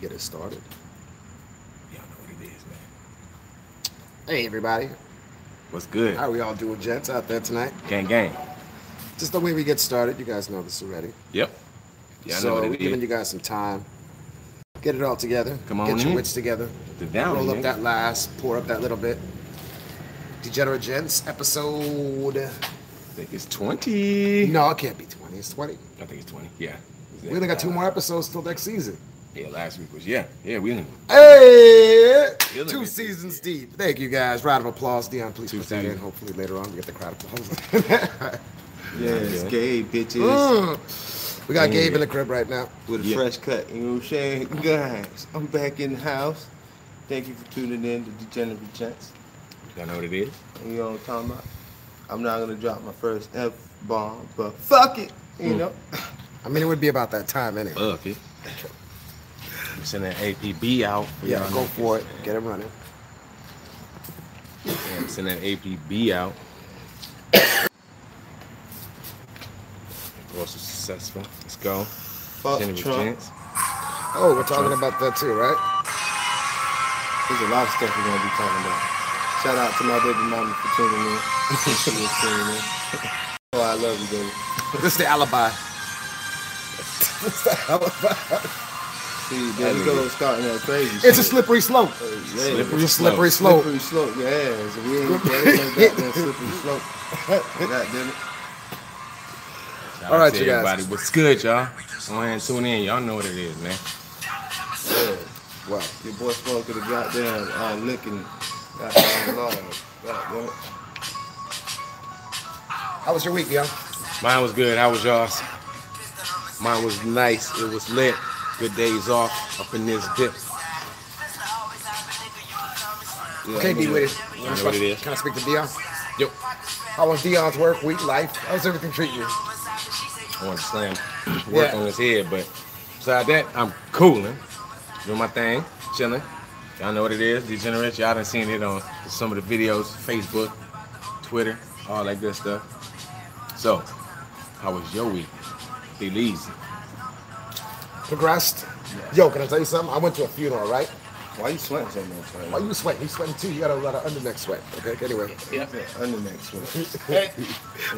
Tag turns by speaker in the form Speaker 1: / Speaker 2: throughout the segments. Speaker 1: get it started.
Speaker 2: Y'all know what it is, man.
Speaker 1: Hey, everybody.
Speaker 2: What's good?
Speaker 1: How we all doing, gents, out there tonight?
Speaker 2: Gang, gang.
Speaker 1: Just the way we get started. You guys know this already.
Speaker 2: Yep. Y'all
Speaker 1: so
Speaker 2: know what
Speaker 1: we're
Speaker 2: it is.
Speaker 1: giving you guys some time. Get it all together.
Speaker 2: Come on
Speaker 1: Get your
Speaker 2: in.
Speaker 1: wits together.
Speaker 2: The down,
Speaker 1: Roll up
Speaker 2: nigga.
Speaker 1: that last. Pour up that little bit. Degenerate Gents episode.
Speaker 2: I think it's 20.
Speaker 1: No, it can't be 20. It's 20.
Speaker 2: I think it's 20. Yeah. Is
Speaker 1: We only got
Speaker 2: that-
Speaker 1: two more episodes till next season.
Speaker 2: Yeah, last week was, yeah. Yeah, we didn't.
Speaker 1: Hey,
Speaker 2: You're the
Speaker 1: two
Speaker 2: best.
Speaker 1: seasons deep. Thank you guys. Round of applause, Dion. Please
Speaker 2: Two
Speaker 1: put that in.
Speaker 2: seasons.
Speaker 1: Hopefully later on we get the crowd applause.
Speaker 3: Yes,
Speaker 2: Yeah.
Speaker 3: gay bitches
Speaker 1: Mm. We got Gabe in the crib right now.
Speaker 3: with a
Speaker 2: Yeah.
Speaker 3: fresh cut. You know what I'm saying? Guys, I'm back in the house. Thank you for tuning in to Degenerate Gents.
Speaker 2: Y'all know what it is.
Speaker 3: You know what I'm talking about? I'm not gonna drop my first F bomb, but fuck it. You know?
Speaker 1: I mean, it would be about that time, anyway.
Speaker 2: Fuck it. I'm sending an APB out. for
Speaker 1: yeah,
Speaker 2: y'all
Speaker 1: go
Speaker 2: niggas.
Speaker 1: for it. Get him running.
Speaker 2: Yeah, I'm sending an APB out. It was successful. Let's go.
Speaker 3: Fuck
Speaker 2: General
Speaker 3: Trump.
Speaker 2: Gents.
Speaker 1: Oh, we're talking about that too, right?
Speaker 3: There's a lot of stuff we're gonna be talking about. Shout out to my baby mama for tuning in. She was tuning in. Oh, I love you, baby.
Speaker 1: This is the alibi.
Speaker 3: See, there we
Speaker 2: nigga.
Speaker 3: go, starting that crazy
Speaker 1: It's a
Speaker 3: shit.
Speaker 1: slippery slope.
Speaker 3: Oh, yeah.
Speaker 1: It's a
Speaker 2: Slippery
Speaker 1: slippery slope.
Speaker 3: Slippery slope, yeah. If we ain't that goddamn slippery slope, God damn it.
Speaker 2: Shout out
Speaker 1: All right,
Speaker 2: to
Speaker 1: you guys.
Speaker 2: everybody. What's good, y'all? Go ahead and tune in. Y'all know what it is, man.
Speaker 3: Yeah.
Speaker 1: Wow.
Speaker 3: Your boy spoke of the goddamn uh, licking. Goddamn law. Goddamn.
Speaker 1: How was your week, yo?
Speaker 2: Mine was good. How was y'all's? Mine was nice. It was lit. Good days off up in this dip.
Speaker 3: Yeah,
Speaker 1: Okay,
Speaker 3: I'm
Speaker 1: D
Speaker 3: good.
Speaker 1: with it.
Speaker 2: You know what it is.
Speaker 1: Can I speak to Dion?
Speaker 2: Yo,
Speaker 1: How was Dion's work, week, life? How's everything treat you?
Speaker 2: I want to slam work
Speaker 1: Yeah.
Speaker 2: on his head, but besides that, I'm cooling, doing my thing, chilling. Y'all know what it is. Degenerate. Y'all done seen it on some of the videos, Facebook, Twitter, all that good stuff. So, how was your week? Deleze.
Speaker 1: Progressed? Yo, can I tell you something? I went to a funeral, right?
Speaker 3: Why you sweating so much, man?
Speaker 1: Why you sweating? You sweating too. You got a lot of underneck sweat. Okay, anyway.
Speaker 3: Yeah. Under next sweat.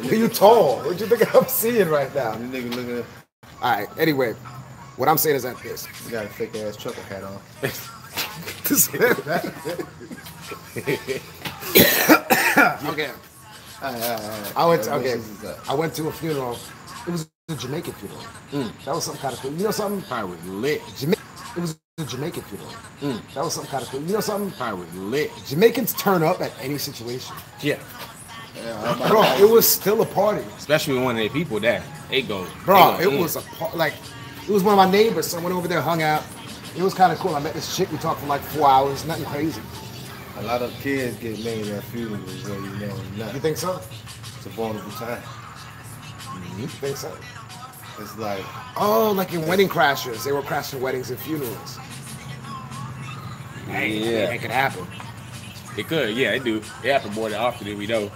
Speaker 1: you tall. What you think I'm seeing right now?
Speaker 3: And the nigga looking at
Speaker 1: All right, anyway. What I'm saying is that this.
Speaker 3: you got a thick ass trucker hat on.
Speaker 1: okay.
Speaker 3: All right, all right, all right.
Speaker 1: Uh, I went.
Speaker 3: Yeah,
Speaker 1: okay,
Speaker 3: this is, uh,
Speaker 1: I went to a funeral. It was a Jamaican funeral. That was some kind of. You know something?
Speaker 2: Mm. Probably was lit. Mm.
Speaker 1: Jama- it was a Jamaican funeral. That was some kind of. You know something?
Speaker 2: Probably was lit.
Speaker 1: Jamaicans turn up at any situation.
Speaker 2: Yeah.
Speaker 3: yeah, I'm about
Speaker 1: Bro,
Speaker 3: to-
Speaker 1: it was still a party.
Speaker 2: Especially when one of their people there. They go.
Speaker 1: Bro,
Speaker 2: they
Speaker 1: it
Speaker 2: go in.
Speaker 1: was a par- like. It was one of my neighbors. So I went over there, hung out. It was kind of cool. I met this chick. We talked for like four hours. Nothing crazy.
Speaker 3: A lot of kids get made at funerals, where you know, not.
Speaker 1: You think so?
Speaker 3: It's a vulnerable time.
Speaker 2: Mm-hmm.
Speaker 1: You think so?
Speaker 3: It's like,
Speaker 1: Oh, like in Wedding Crashers, they were crashing weddings and funerals.
Speaker 2: Yeah.
Speaker 1: it could happen.
Speaker 2: It could, yeah, it do. It happened more than often than we know.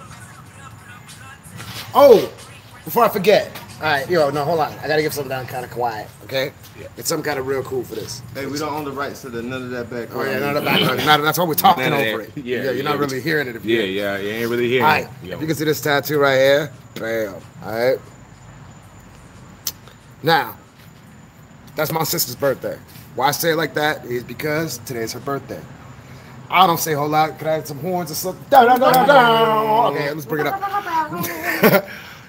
Speaker 1: Oh, before I forget. All right, yo, no, hold on. I gotta give something down kind of quiet, okay?
Speaker 2: Yeah.
Speaker 1: It's some kind of real cool for this.
Speaker 3: hey, we don't own the rights to the, none of that
Speaker 1: Oh
Speaker 3: background.
Speaker 1: yeah, none of that. Not, that's why we're talking
Speaker 2: None of
Speaker 1: over it.
Speaker 2: that. Um, Yeah,
Speaker 1: you're
Speaker 2: yeah,
Speaker 1: not
Speaker 2: we-
Speaker 1: really hearing it. If
Speaker 2: Yeah,
Speaker 1: you-
Speaker 2: yeah, you ain't really hearing
Speaker 1: All right,
Speaker 2: it. Yeah.
Speaker 1: if you can see this tattoo right here, bam. All right. Now, that's my sister's birthday. Why I say it like that is because today's her birthday. I don't say a whole lot. Could I have some horns or something? Down, down, down, down. Okay, let's bring it up.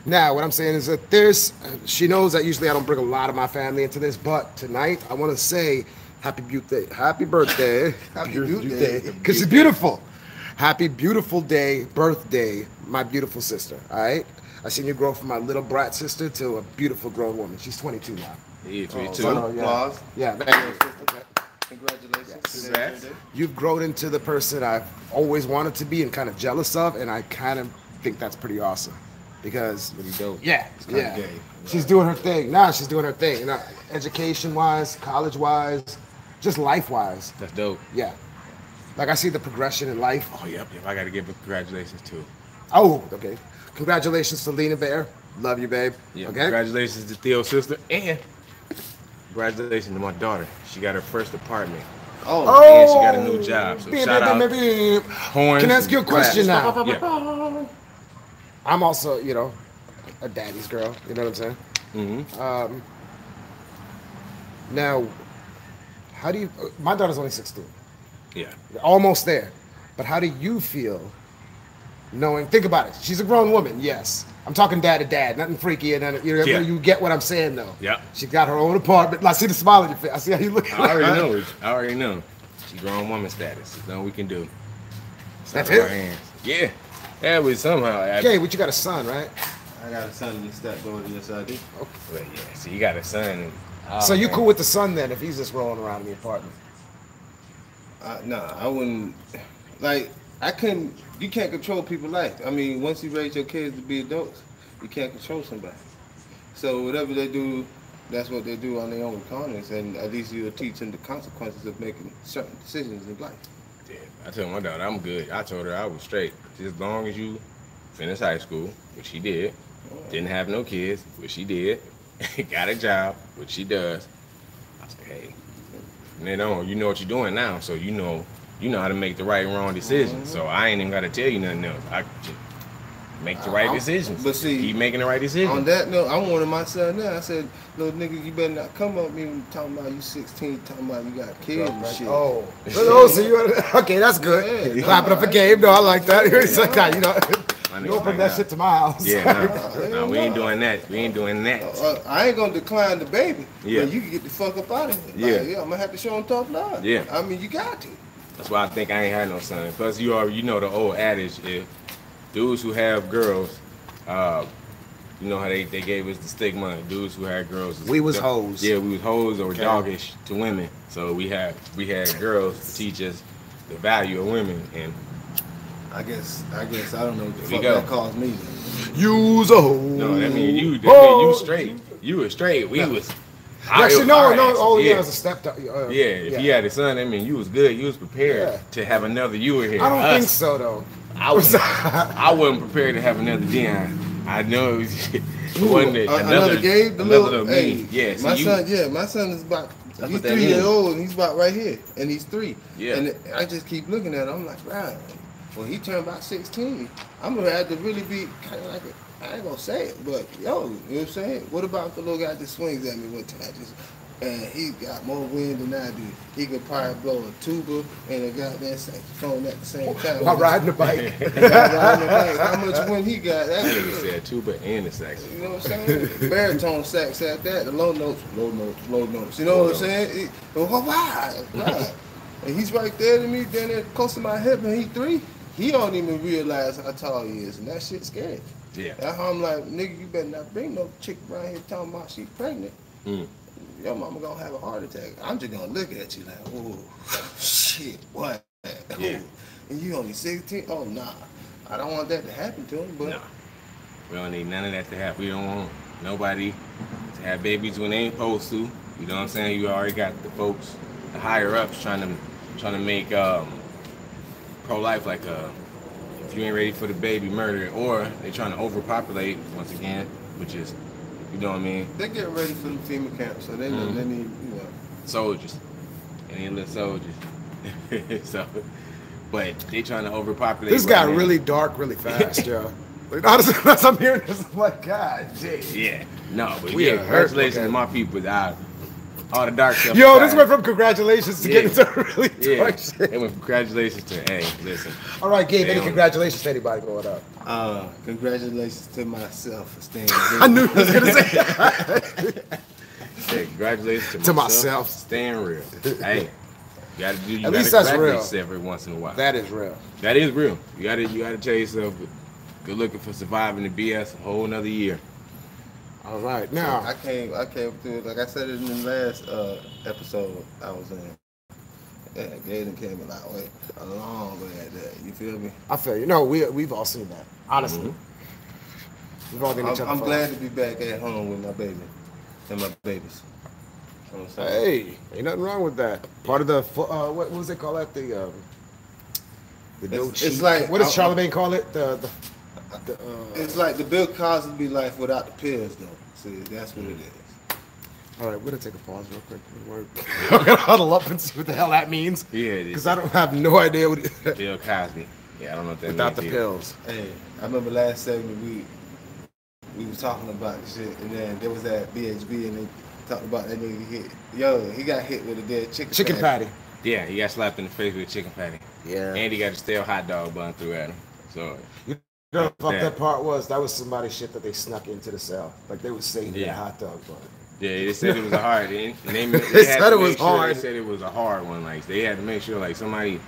Speaker 1: now, what I'm saying is that there's, she knows that usually I don't bring a lot of my family into this, but tonight I want to say happy birthday. Happy birthday. Happy birthday. Because she's beautiful. Happy beautiful day, birthday, my beautiful sister. All right? I seen you grow from my little brat sister to a beautiful grown woman. She's 22 now.
Speaker 2: Yeah,
Speaker 3: Oh,
Speaker 2: three, two.
Speaker 1: Oh,
Speaker 3: so- Applause.
Speaker 1: Yeah, thank you.
Speaker 3: Congratulations. Today's your
Speaker 2: Congrats.
Speaker 3: day.
Speaker 1: You've grown into the person I've always wanted to be and kind of jealous of, and I kind of think that's pretty awesome because
Speaker 2: Pretty dope.
Speaker 1: yeah,
Speaker 3: kinda
Speaker 1: yeah,
Speaker 3: gay.
Speaker 1: she's doing her thing. Nah, she's doing her thing. Nah, education wise, college wise, just life wise.
Speaker 2: That's dope.
Speaker 1: Yeah, like I see the progression in life.
Speaker 2: Oh, yep, yep. I got to give a congratulations, too.
Speaker 1: Oh, okay. Congratulations to Lena Bear. Love you, babe.
Speaker 2: Yeah.
Speaker 1: Okay.
Speaker 2: Congratulations to Theo's sister and Congratulations to my daughter. She got her first apartment.
Speaker 3: Oh,
Speaker 2: And she got a new job, so
Speaker 1: Beep,
Speaker 2: shout
Speaker 1: beep,
Speaker 2: out.
Speaker 1: beep, beep, beep.
Speaker 2: Horns.
Speaker 1: Can I ask you a
Speaker 2: and
Speaker 1: question
Speaker 2: claps.
Speaker 1: now?
Speaker 2: Yeah.
Speaker 1: I'm also, you know, a daddy's girl. You know what I'm saying?
Speaker 2: hmm
Speaker 1: Um, now, how do you? uh, My daughter's only 16,
Speaker 2: Yeah.
Speaker 1: almost there. But how do you feel knowing? Think about it. She's a grown woman. Yes, I'm talking dad to dad. Nothing freaky. And you, know,
Speaker 2: Yeah.
Speaker 1: you get what I'm saying, though.
Speaker 2: Yeah. Oh,
Speaker 1: She's got her own apartment. I see the smile on your face. I see how you look.
Speaker 2: I already know it. I already know. She grown woman status. There's nothing we can do. It's
Speaker 1: That's
Speaker 2: out of our
Speaker 1: it?
Speaker 2: hands. Yeah. Yeah, we somehow. I,
Speaker 1: Okay, but you got a son, right?
Speaker 3: I got a son and a stepdaughter. Yes, I do.
Speaker 2: But yeah, so you got a son. And, oh,
Speaker 1: so you
Speaker 2: man.
Speaker 1: cool with the son then if he's just rolling around in the apartment?
Speaker 3: Uh, nah, I wouldn't. Like, I couldn't. You can't control people's life. I mean, once you raise your kids to be adults, you can't control somebody. So whatever they do, that's what they do on their own conscience, and at least you'll teach them the consequences of making certain decisions in life.
Speaker 2: Yeah, I told my daughter I'm good. I told her I was straight. As long as you finish high school, which she did, didn't have no kids, which she did, got a job, which she does. I said, hey, from then on, you know what you're doing now, so you know you know how to make the right and wrong
Speaker 1: Mm-hmm.
Speaker 2: decisions. So I ain't even gotta tell you nothing else. I just make the right
Speaker 1: Uh-huh.
Speaker 2: decisions.
Speaker 3: But see,
Speaker 2: keep making the right
Speaker 3: On
Speaker 2: decisions.
Speaker 3: that note, I wanted my son now. I said, little nigga, you better not come up me when you talking about you 16, talking about you got kids and shit.
Speaker 1: Oh, oh, so you okay? That's good.
Speaker 3: Yeah.
Speaker 1: Clapping up a game. No, I like that. It's like, nah, you know,
Speaker 2: My
Speaker 1: you open
Speaker 2: niggas like
Speaker 1: that
Speaker 2: that.
Speaker 1: shit to my house.
Speaker 2: Yeah, no, no, we ain't doing that. We ain't doing that.
Speaker 3: Uh, I ain't gonna decline the baby.
Speaker 2: Yeah.
Speaker 3: But you can get the fuck up out of here.
Speaker 2: Yeah.
Speaker 3: Like, yeah, I'm gonna have to show him tough love.
Speaker 2: Yeah.
Speaker 3: I mean, you got to.
Speaker 2: That's why I think I ain't had no son. Plus, you already you know the old adage: if dudes who have girls, uh, you know how they, they gave us the stigma. Dudes who had girls,
Speaker 1: We was hoes.
Speaker 2: Yeah, we was hoes or
Speaker 1: Okay.
Speaker 2: doggish to women. So we had we had girls to teach us the value of women, and
Speaker 3: I guess. I guess I don't know what the
Speaker 2: We
Speaker 3: fuck
Speaker 2: go.
Speaker 3: that calls me.
Speaker 1: Use a hoe.
Speaker 2: no, that mean you that mean
Speaker 1: Oh.
Speaker 2: you straight, you was straight. We was
Speaker 1: Actually,
Speaker 2: I-
Speaker 1: no,
Speaker 2: our
Speaker 1: no.
Speaker 2: asses,
Speaker 1: Oh, yeah,
Speaker 2: yeah.
Speaker 1: as a stepdaughter. Uh,
Speaker 2: Yeah, if you had a son, that mean you was good. You was prepared
Speaker 1: Yeah.
Speaker 2: to have another you in here.
Speaker 1: I don't
Speaker 2: Us,
Speaker 1: think so though.
Speaker 2: I was I wasn't prepared to have another Dion. I know it was- it wasn't
Speaker 3: Uh,
Speaker 2: another,
Speaker 3: another game, the
Speaker 2: another
Speaker 3: little,
Speaker 2: little
Speaker 3: hey,
Speaker 2: me. Yeah, so
Speaker 3: my
Speaker 2: you,
Speaker 3: son, yeah, my son is about.
Speaker 2: That's
Speaker 3: he's
Speaker 2: what that
Speaker 3: three years
Speaker 2: means.
Speaker 3: old and he's about right here, and he's three.
Speaker 2: Yeah.
Speaker 3: And I just keep looking at him. I'm like, right. When he turned about 16, I'm gonna have to really be kind of like a, I ain't gonna say it, but yo, you know what I'm saying? What about if the little guy just swings at me one time? Just and he got more wind than I do. He could probably blow a tuba and a goddamn saxophone at the same time.
Speaker 1: While riding the bike.
Speaker 3: Riding the bike. How much wind he got? That
Speaker 2: that nigga said tuba and the sax.
Speaker 3: you know what I'm saying? Baritone sax at that, the low notes, low notes, low notes. You know
Speaker 2: Low
Speaker 3: what I'm
Speaker 2: notes.
Speaker 3: saying? It, oh, why? Why? and he's right there to me, down there close to my hip, and he three. He don't even realize how tall he is, and that shit scary.
Speaker 2: Yeah.
Speaker 3: That's how I'm like, nigga, you better not bring no chick around here talking about she pregnant.
Speaker 2: Mm.
Speaker 3: Your mama gonna have a heart attack. I'm just gonna look at you like, oh, shit, what?
Speaker 2: Yeah.
Speaker 3: And you only 16? Oh, nah. I don't want that to happen to him, but
Speaker 2: Nah. We don't need none of that to happen. We don't want nobody to have babies when they ain't supposed to. You know what I'm saying? You already got the folks, the higher ups trying to trying to make um, pro life like a if you ain't ready for the baby murder or they trying to overpopulate once again, which is you know what I mean?
Speaker 3: They get ready for the FEMA camp, so they
Speaker 2: Mhm.
Speaker 3: they need you know.
Speaker 2: soldiers, and they little soldiers. so, but they trying to overpopulate.
Speaker 1: this
Speaker 2: right
Speaker 1: got
Speaker 2: now.
Speaker 1: really dark really fast, yo. Like, honestly, as I'm hearing this, I'm like, God, damn.
Speaker 2: Yeah. No, but
Speaker 1: We
Speaker 2: yeah.
Speaker 1: are hurt.
Speaker 2: Congratulations
Speaker 1: Okay.
Speaker 2: to my people. I, all the dark stuff.
Speaker 1: Yo, this
Speaker 2: aside.
Speaker 1: went from congratulations to
Speaker 2: Yeah.
Speaker 1: getting to really dark
Speaker 2: Yeah.
Speaker 1: shit.
Speaker 2: It went from congratulations to hey, listen.
Speaker 1: All right, Gabe, any
Speaker 2: Damn.
Speaker 1: congratulations to anybody going up?
Speaker 3: Uh, congratulations to myself for staying.
Speaker 1: I knew he was going to say
Speaker 2: Hey, congratulations to,
Speaker 1: To myself.
Speaker 2: myself. Staying real. Hey. You gotta do. You
Speaker 1: At
Speaker 2: gotta
Speaker 1: least that's
Speaker 2: crack
Speaker 1: real.
Speaker 2: yourself Every once in a while.
Speaker 1: That is real.
Speaker 2: that is real. You gotta. You gotta tell yourself. Good looking for surviving the BS a whole another year.
Speaker 1: All right, now.
Speaker 3: I came, I came through. it. Like I said in the last uh, episode I was in. Yeah, Gaden came a long way, a long way at that. You feel me?
Speaker 1: I feel you. No, we we've all seen that. Honestly,
Speaker 2: Mm-hmm.
Speaker 1: we've all been
Speaker 3: I'm,
Speaker 1: each other.
Speaker 3: I'm
Speaker 1: for-
Speaker 3: glad to be back at home with my baby and my babies. You know what I'm saying?
Speaker 1: Hey, ain't nothing wrong with that. Part of the fu- uh, what, what was it called that the um, the no
Speaker 3: It's- it's
Speaker 1: cheat-
Speaker 3: like-
Speaker 1: what does
Speaker 3: I-
Speaker 1: Charlemagne call it? The the, the uh,
Speaker 3: It's like the Bill Cosby life without the pills, though. See, that's what it is.
Speaker 1: All right, we're gonna take a pause real quick. We're we're gonna huddle up and see what the hell that means.
Speaker 2: Yeah, it is.
Speaker 1: Because I don't have no idea what it,
Speaker 2: Bill Cosby. Yeah, I don't know if that
Speaker 1: without the
Speaker 2: means
Speaker 1: pills.
Speaker 3: Hey, I remember last segment we we was talking about this shit, and then there was that BHB, and they talked about that nigga hit. Yo, he got hit with a dead chicken.
Speaker 1: Chicken patty.
Speaker 2: Yeah, he got slapped in the face with a chicken patty.
Speaker 1: Yeah.
Speaker 2: And he got a stale hot dog bun through at him. So
Speaker 1: You know what the fuck
Speaker 2: Yeah.
Speaker 1: that part was? That was somebody shit that they snuck into the cell. Like they was saying yeah.
Speaker 2: Yeah.
Speaker 1: hot dog bun.
Speaker 2: yeah, they said it was a hard. They, they, they
Speaker 1: They
Speaker 2: had
Speaker 1: said
Speaker 2: to
Speaker 1: it was
Speaker 2: make sure-
Speaker 1: hard.
Speaker 2: They said it was a hard one. Like they had to make sure like somebody,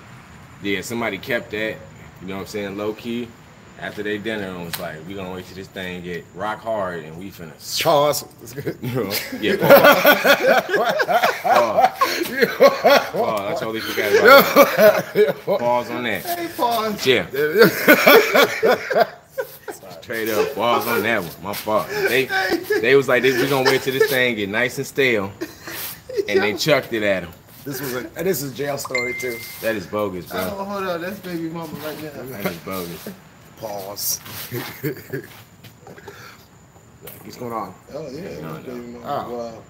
Speaker 2: yeah, somebody kept that. You know what I'm saying? Low key. After they dinner and was like, we gonna wait till this thing get rock hard and we finna. s-
Speaker 1: Charles.
Speaker 2: Yeah. Pause. Pause. Pause. I totally forgot about that. Pause on that.
Speaker 3: Hey, pause.
Speaker 2: Yeah. Straight up, balls on that one. My fault. They they was like, they, we gonna wait till this thing get nice and stale, and they chucked it at him.
Speaker 1: this was a and this is jail story too.
Speaker 2: That is bogus, bro.
Speaker 3: Oh, hold on, that's baby mama right now.
Speaker 2: That is bogus.
Speaker 1: Pause. What's going on?
Speaker 3: Oh yeah, that's
Speaker 2: No, no.
Speaker 3: baby mama.
Speaker 1: Oh.
Speaker 3: Wow.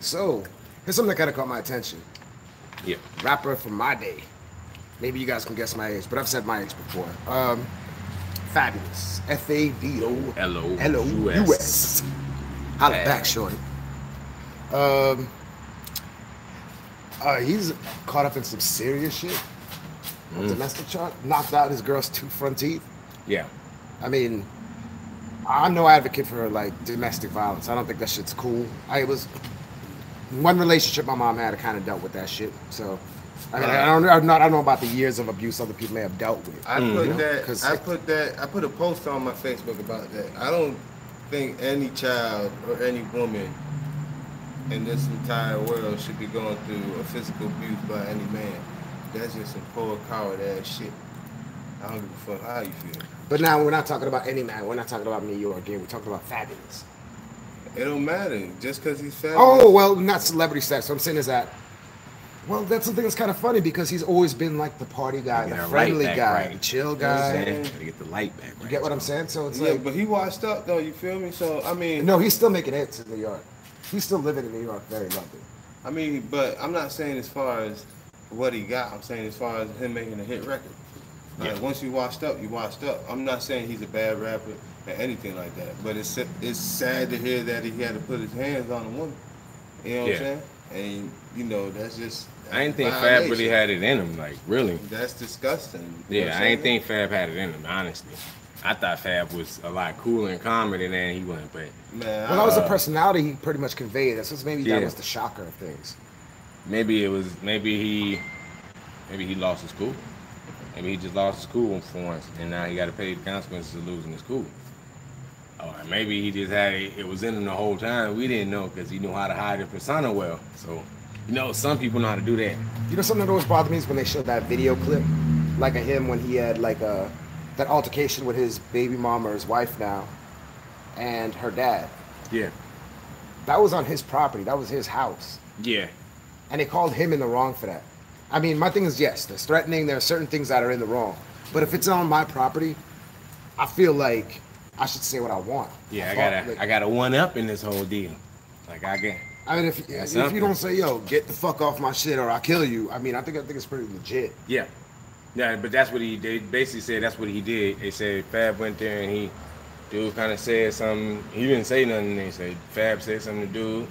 Speaker 1: So, here's something that kind of caught my attention.
Speaker 2: Yeah.
Speaker 1: Rapper from my day. Maybe you guys can guess my age, but I've said my age before. Um, fabulous. F A D O
Speaker 2: L O
Speaker 1: L O
Speaker 2: U S.
Speaker 1: U.S. Holla
Speaker 2: Yeah.
Speaker 1: back, shorty. Um, uh, he's caught up in some serious shit. A Domestic chart knocked out his girl's two front teeth.
Speaker 2: Yeah.
Speaker 1: I mean, I'm no advocate for like domestic violence. I don't think that shit's cool. I was one relationship my mom had. I kind of dealt with that shit. So, I mean, I don't, I'm not, I don't know about the years of abuse other people may have dealt with.
Speaker 3: I
Speaker 1: you
Speaker 3: put
Speaker 1: know,
Speaker 3: that.
Speaker 1: 'cause-
Speaker 3: I put that. I put a post on my Facebook about that. I don't think any child or any woman in this entire world should be going through a physical abuse by any man. That's just some poor coward ass shit. I don't give a fuck how you feel.
Speaker 1: But now we're not talking about any man. We're not talking about me or gay. We're talking about fabulous.
Speaker 3: It don't matter. Just because he's fat.
Speaker 1: Oh well, not celebrity status. What I'm saying is that. Well, that's the thing that's kind of funny because he's always been like the party guy,
Speaker 2: Get
Speaker 1: the
Speaker 2: our
Speaker 1: friendly
Speaker 2: light back
Speaker 1: guy,
Speaker 2: right.
Speaker 1: the chill
Speaker 2: You know what I'm
Speaker 1: guy.
Speaker 2: saying? Gotta get the light back.
Speaker 1: You get what I'm saying? So it's
Speaker 3: yeah,
Speaker 1: like,
Speaker 3: but he washed up though. You feel me? So I mean,
Speaker 1: no, he's still making hits in New York. He's still living in New York, very lovely.
Speaker 3: I mean, but I'm not saying as far as what he got. I'm saying as far as him making a hit record. Like,
Speaker 2: Yeah.
Speaker 3: Once you washed up, you washed up. I'm not saying he's a bad rapper or anything like that. But it's it's sad to hear that he had to put his hands on a woman. You know what
Speaker 2: Yeah.
Speaker 3: I'm saying? And you know that's just.
Speaker 2: I didn't think Fab
Speaker 3: violation.
Speaker 2: really had it in him. Like really.
Speaker 3: That's disgusting. You know what
Speaker 2: Yeah,
Speaker 3: I'm
Speaker 2: I didn't
Speaker 3: saying?
Speaker 2: think Fab had it in him. Honestly, I thought Fab was a lot cooler and calmer than that. He wasn't, but.
Speaker 3: Man,
Speaker 1: Well, that was
Speaker 3: I-
Speaker 1: the personality he pretty much conveyed. That's what's maybe that
Speaker 2: Uh, Yeah.
Speaker 1: was the shocker of things.
Speaker 2: Maybe it was maybe he maybe he lost his cool. Maybe he just lost his cool for once and now he gotta pay the consequences of losing his cool. Or maybe he just had it, it was in him the whole time. We didn't know because he knew how to hide his persona well. So you know, some people know how to do that.
Speaker 1: You know, something that always bothered me is when they showed that video clip, like of him when he had like a that altercation with his baby mom or his wife now, and her dad.
Speaker 2: Yeah.
Speaker 1: That was on his property. That was his house.
Speaker 2: Yeah.
Speaker 1: and they called him in the wrong for that. I mean, my thing is yes, there's threatening. There are certain things that are in the wrong, but if it's on my property, I feel like I should say what I want.
Speaker 2: Yeah, I
Speaker 1: thought,
Speaker 2: gotta
Speaker 1: like-
Speaker 2: I gotta one up in this whole deal. Like I get
Speaker 1: I mean, if,
Speaker 2: That's
Speaker 1: if you
Speaker 2: something.
Speaker 1: don't say yo, get the fuck off my shit or I'll kill you. I mean, I think I think it's pretty legit.
Speaker 2: Yeah. Yeah, but that's what he they basically said that's what he did. They said Fab went there and he dude kinda said something he didn't say nothing they said Fab said something to dude.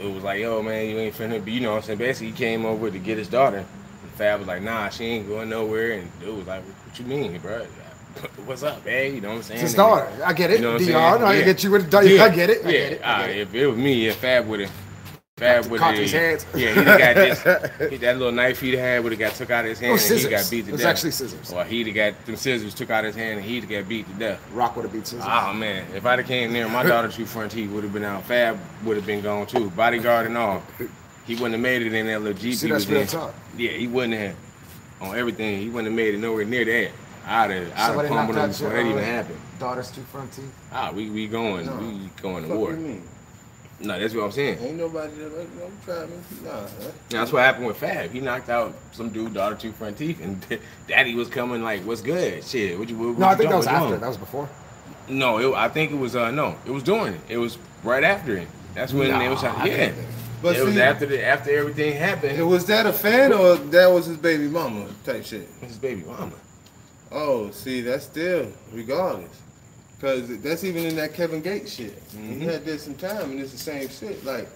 Speaker 2: It was like, yo man, you ain't finna be you know what I'm saying? Basically he came over to get his daughter. And Fab was like, nah, she ain't going nowhere and dude was like, What you mean, bro? What's up, man? You know what I'm saying?
Speaker 1: It's his daughter. I get it,
Speaker 2: You know what I'm
Speaker 1: Dion.
Speaker 2: saying?
Speaker 1: I
Speaker 2: Yeah.
Speaker 1: get you with Dion.
Speaker 2: Yeah.
Speaker 1: I get it. I
Speaker 2: yeah.
Speaker 1: get it.
Speaker 2: Ah,
Speaker 1: I get it.
Speaker 2: If it was me, if Fab would have, Fab would
Speaker 1: Cocked
Speaker 2: have.
Speaker 1: his hands.
Speaker 2: Yeah, he got this. he- that little knife he had would have got took out of his hand. and he
Speaker 1: Oh, scissors.
Speaker 2: got beat to
Speaker 1: It was
Speaker 2: death.
Speaker 1: actually scissors.
Speaker 2: Or he'd have got them scissors took out his hand and he'd have got beat to death.
Speaker 1: Rock would have beat Scissors.
Speaker 2: Oh man, if I'd have came near my daughter two front teeth would have been out. Fab would have been gone too, bodyguard and all. He wouldn't have made it in that little Jeep.
Speaker 1: See,
Speaker 2: he
Speaker 1: that's
Speaker 2: was
Speaker 1: real
Speaker 2: in.
Speaker 1: talk.
Speaker 2: Yeah, he wouldn't have on everything. He wouldn't have made it nowhere near that. I'd have, I'd have
Speaker 1: Somebody
Speaker 2: pummeled
Speaker 1: knocked
Speaker 2: him
Speaker 1: out
Speaker 2: before
Speaker 1: your
Speaker 2: that even
Speaker 1: uh,
Speaker 2: happened.
Speaker 1: daughter's two front teeth.
Speaker 2: Ah, we we going,
Speaker 3: No.
Speaker 2: we going to
Speaker 3: Fuck
Speaker 2: war.
Speaker 3: you mean?
Speaker 2: No, that's what I'm saying.
Speaker 3: Ain't nobody that like, no, try me. Nah. that-
Speaker 2: Now, that's what happened with Fab. He knocked out some dude, daughter, two front teeth, and daddy was coming like, "What's good? Shit, what you?" What,
Speaker 1: No,
Speaker 2: what
Speaker 1: I
Speaker 2: you
Speaker 1: think
Speaker 2: doing?
Speaker 1: that was
Speaker 2: What you
Speaker 1: after.
Speaker 2: doing?"
Speaker 1: That was before.
Speaker 2: No, it, I think it was. uh No, it was during it. It was right after it. That's when they was
Speaker 3: Nah, I
Speaker 2: shot. Yeah.
Speaker 3: can't think. But
Speaker 2: it was
Speaker 3: see-
Speaker 2: after the after everything happened. It was
Speaker 3: Was that a fan or that was his baby mama type shit?
Speaker 2: his baby mama.
Speaker 3: Oh, see, that's still regardless, because that's even in that Kevin Gates shit. He had did some time, and it's the same shit. Like,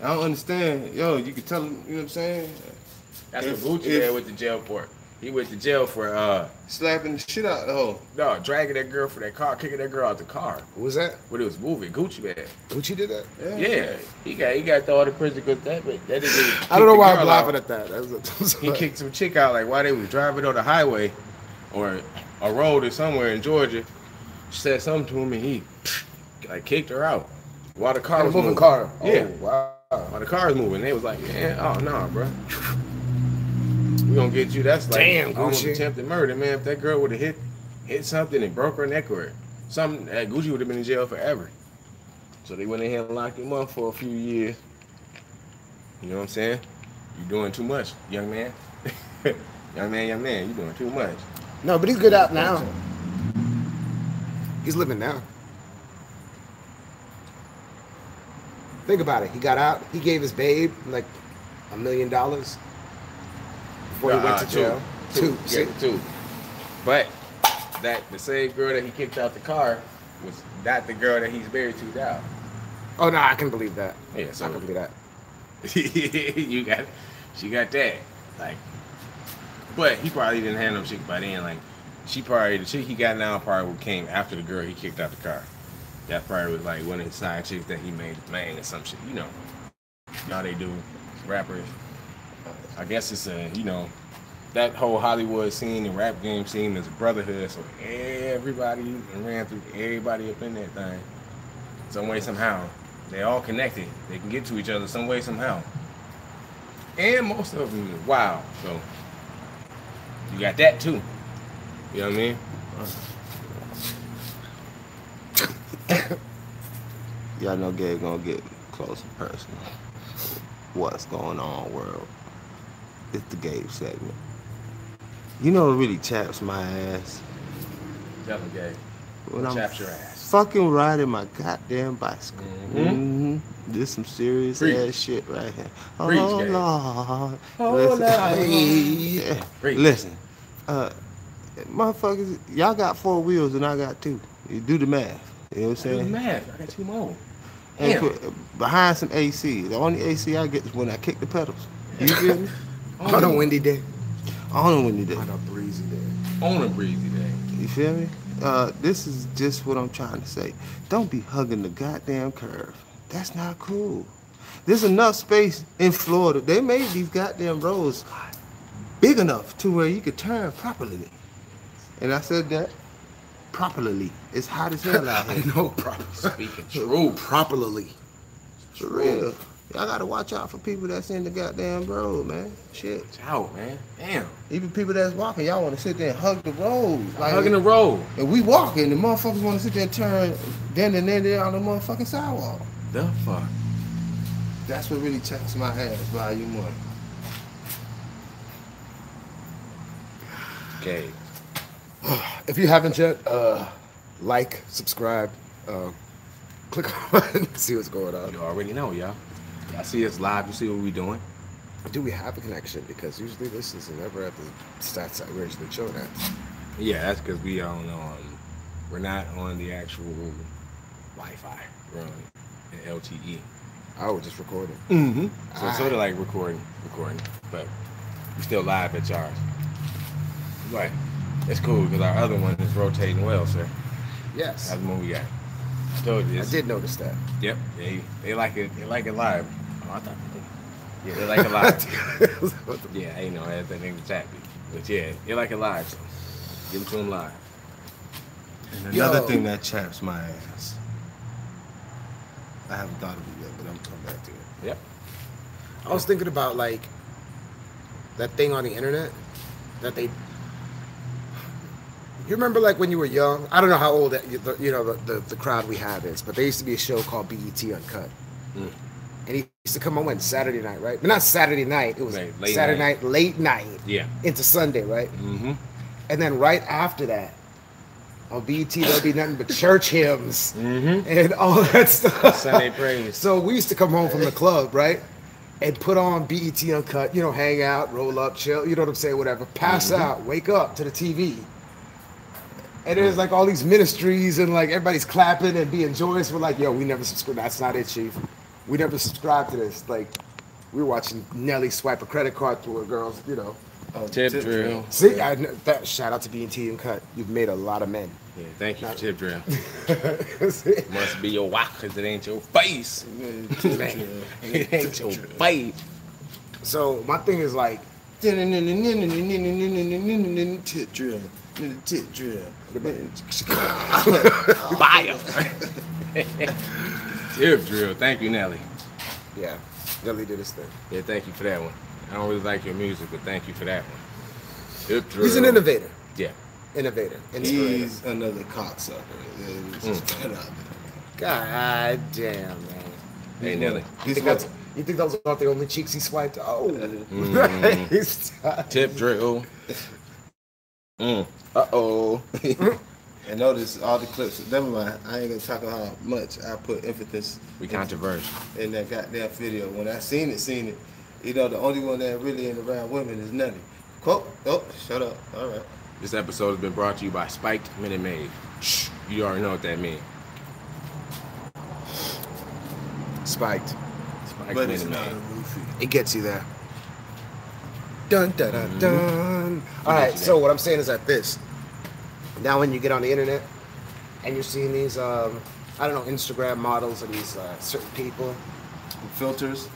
Speaker 3: I don't understand. Yo, you could tell him. You know what I'm saying?
Speaker 2: That's
Speaker 3: If-
Speaker 2: what Gucci
Speaker 3: if-
Speaker 2: had with the jail for. He went to jail for uh
Speaker 3: Slapping the shit out the hoe.
Speaker 2: no dragging that girl for that car, kicking that girl out the car.
Speaker 1: Who was that?
Speaker 2: When it was moving, Gucci man.
Speaker 1: Gucci did that?
Speaker 2: Yeah, he got he got all the prison because that but that nigga
Speaker 1: I don't know
Speaker 2: kicked
Speaker 1: why I'm
Speaker 2: the girl
Speaker 1: laughing
Speaker 2: out.
Speaker 1: at that. That's
Speaker 2: He kicked some chick out like while they was driving on the highway, or a road or somewhere in Georgia. She said something to him and he like kicked her out while the car
Speaker 1: a
Speaker 2: was
Speaker 1: moving
Speaker 2: moving.
Speaker 1: car.
Speaker 2: Yeah.
Speaker 1: Oh, wow.
Speaker 2: While the car was moving, they was like, "Man, oh no, nah, bro, we gonna get you." That's like
Speaker 1: Damn,
Speaker 2: almost
Speaker 1: Gucci.
Speaker 2: attempted murder, man. If that girl would have hit hit something and broke her neck or something, that Gucci would have been in jail forever. So they went ahead and locked him up for a few years. You know what I'm saying? You doing too much, young man. young man, young man, you doing too much.
Speaker 1: No, but he's good out now. He's living now. Think about it. He got out. He gave his babe like a million dollars before he
Speaker 2: Uh,
Speaker 1: went
Speaker 2: uh,
Speaker 1: to jail.
Speaker 2: Two,
Speaker 1: Two.
Speaker 2: yeah,
Speaker 1: see?
Speaker 2: two. But that the same girl that he kicked out the car was not the girl that he's married to now.
Speaker 1: Oh no, I can believe that.
Speaker 2: Yeah, so-
Speaker 1: I can believe that.
Speaker 2: you got she got that like but he probably didn't have no chick by then like she probably the chick he got now probably came after the girl he kicked out the car that probably was like one of his side chicks that he made man or some shit you know y'all they do rappers i guess it's a you know that whole hollywood scene and rap game scene is a brotherhood so everybody ran through everybody up in that thing some way somehow. They all connected. They can get to each other some way somehow. And most of them is wild. So you got that too. You know what I mean?
Speaker 3: Y'all know Gabe gonna get close and personal. What's going on, world? It's the Gabe segment. You know what really chaps my ass?
Speaker 2: Tell them gay.
Speaker 3: When I'm
Speaker 2: Chaps your ass.
Speaker 3: fucking riding my goddamn bicycle.
Speaker 2: Mhm.
Speaker 3: Mm-hmm. This some serious
Speaker 2: Preach.
Speaker 3: ass shit right here. Oh,
Speaker 2: Preach, Gabe.
Speaker 3: Lord.
Speaker 2: Oh,
Speaker 3: Listen.
Speaker 2: Preach.
Speaker 3: Listen. Uh, motherfuckers, y'all got four wheels and I got two. You do the math. You know what I'm
Speaker 2: It was
Speaker 3: saying?
Speaker 2: mad. I got two more.
Speaker 3: and
Speaker 2: Damn.
Speaker 3: put uh, behind some AC. The only AC I get is when I kick the pedals. You feel me?
Speaker 1: On a windy day.
Speaker 3: I don't know when you do.
Speaker 1: On a breezy day.
Speaker 2: On a breezy day.
Speaker 3: You feel me? Uh, this is just what I'm trying to say. Don't be hugging the goddamn curve. That's not cool. There's enough space in Florida. They made these goddamn roads big enough to where you could turn properly. And I said that properly. It's hot as hell out
Speaker 1: I
Speaker 3: here.
Speaker 1: know properly.
Speaker 2: Speaking true.
Speaker 1: Properly.
Speaker 3: For real. Y'all gotta watch out for people that's in the goddamn road, man. Shit.
Speaker 2: Out, man. Damn.
Speaker 3: Even people that's walking, y'all wanna sit there and hug the road. Like,
Speaker 2: Hugging the road.
Speaker 3: And we walking, the motherfuckers want to sit there and turn then and then there on the motherfucking sidewalk.
Speaker 2: The fuck.
Speaker 3: That's what really checks my ass, volume one.
Speaker 2: Gay.
Speaker 1: If you haven't yet, uh, like, subscribe, uh, click on see what's going on.
Speaker 2: You already know, y'all. Y'all see us live. You see what we doing.
Speaker 1: Do we have a connection? Because usually this is never at the stats that we're usually chilling at.
Speaker 2: Yeah, that's because we on um, we're not on the actual Wi-Fi. We're on the LTE.
Speaker 1: I would just record it.
Speaker 2: Mm-hmm. So it's sort of like recording, recording, but we still live at yours. Right. It's cool because our other one is rotating well, sir.
Speaker 1: Yes,
Speaker 2: That's the one we got. I told you.
Speaker 1: I
Speaker 2: it's-
Speaker 1: did notice that.
Speaker 2: Yep. They they like it. They like it live. Oh, I thought. They did. Yeah, they like it live. Yeah, I ain't know that thing was happy. But yeah, they like it live. So give it to them live.
Speaker 3: And
Speaker 1: Yo.
Speaker 3: another thing that chaps my ass. I haven't thought of it yet, but I'm coming back to it.
Speaker 2: Yep.
Speaker 1: I was thinking about like that thing on the internet that they. You remember like when you were young? I don't know how old that you the- you know the, the, the crowd we have is, but there used to be a show called BET Uncut,
Speaker 2: Mm.
Speaker 1: and he used to come on when Saturday night, right? But not Saturday night. It was
Speaker 2: Right, late
Speaker 1: Saturday
Speaker 2: night.
Speaker 1: night, late night
Speaker 2: Yeah.
Speaker 1: into Sunday, right?
Speaker 2: Mm-hmm.
Speaker 1: And then right after that, oh, on BET there'll be nothing but church hymns
Speaker 2: Mm-hmm.
Speaker 1: and all that stuff.
Speaker 2: Sunday praise.
Speaker 1: So we used to come home from the club, right? And put on BET Uncut, you know, hang out, roll up, chill, you know what I'm saying, whatever. Pass out, wake up to the TV. And there's like all these ministries and like everybody's clapping and being joyous. We're like, yo, we never subscribe. That's not it, Chief. We never subscribed to this. Like, we were watching Nelly swipe a credit card through a girl's, you know.
Speaker 3: Oh,
Speaker 2: Tip drill.
Speaker 1: See, I, kn- that shout out to BET Uncut. You've made a lot of men.
Speaker 2: Yeah, thank you for tip drill.
Speaker 1: See?
Speaker 2: Must be your wife, cause it ain't your face.
Speaker 3: Man, tip
Speaker 1: Man.
Speaker 3: drill.
Speaker 2: It ain't your face.
Speaker 1: so my thing is like,
Speaker 3: Tit drill. Tit drill.
Speaker 2: Fire. tip drill. Thank you, Nelly.
Speaker 1: yeah, Nelly did his thing.
Speaker 2: Yeah, thank you for that one. I don't really like your music, but thank you for that one. Tip drill.
Speaker 1: He's an innovator.
Speaker 2: Yeah.
Speaker 1: Innovator. Inspirator.
Speaker 3: He's Hmm. another cocksucker. It's just cut out.
Speaker 1: God damn, man.
Speaker 2: Hey, Nelly.
Speaker 1: You
Speaker 3: He's
Speaker 1: think,
Speaker 3: one-
Speaker 1: that's, you think those are the only cheeks he swiped? Oh. He's-
Speaker 2: Tip drill. Mm. Uh oh.
Speaker 3: And notice all the clips. Never mind. I ain't gonna talk about how much I put emphasis
Speaker 2: we controversial.
Speaker 3: in that goddamn video. When I seen it, seen it. You know, the only one that really ain't around women is Nelly. Quote. Oh, shut up. All right.
Speaker 2: This episode has been brought to you by Spiked Minute Maid. Shh, you already know what that means.
Speaker 1: Spiked.
Speaker 2: Spiked
Speaker 3: but it's
Speaker 2: Minute
Speaker 3: not a
Speaker 2: Maid.
Speaker 3: movie.
Speaker 1: It gets you there. Dun, dun, dun, dun. All right, so what I'm saying is like this. Now when you get on the internet and you're seeing these, um, I don't know, Instagram models or these uh, certain people,
Speaker 3: Filters.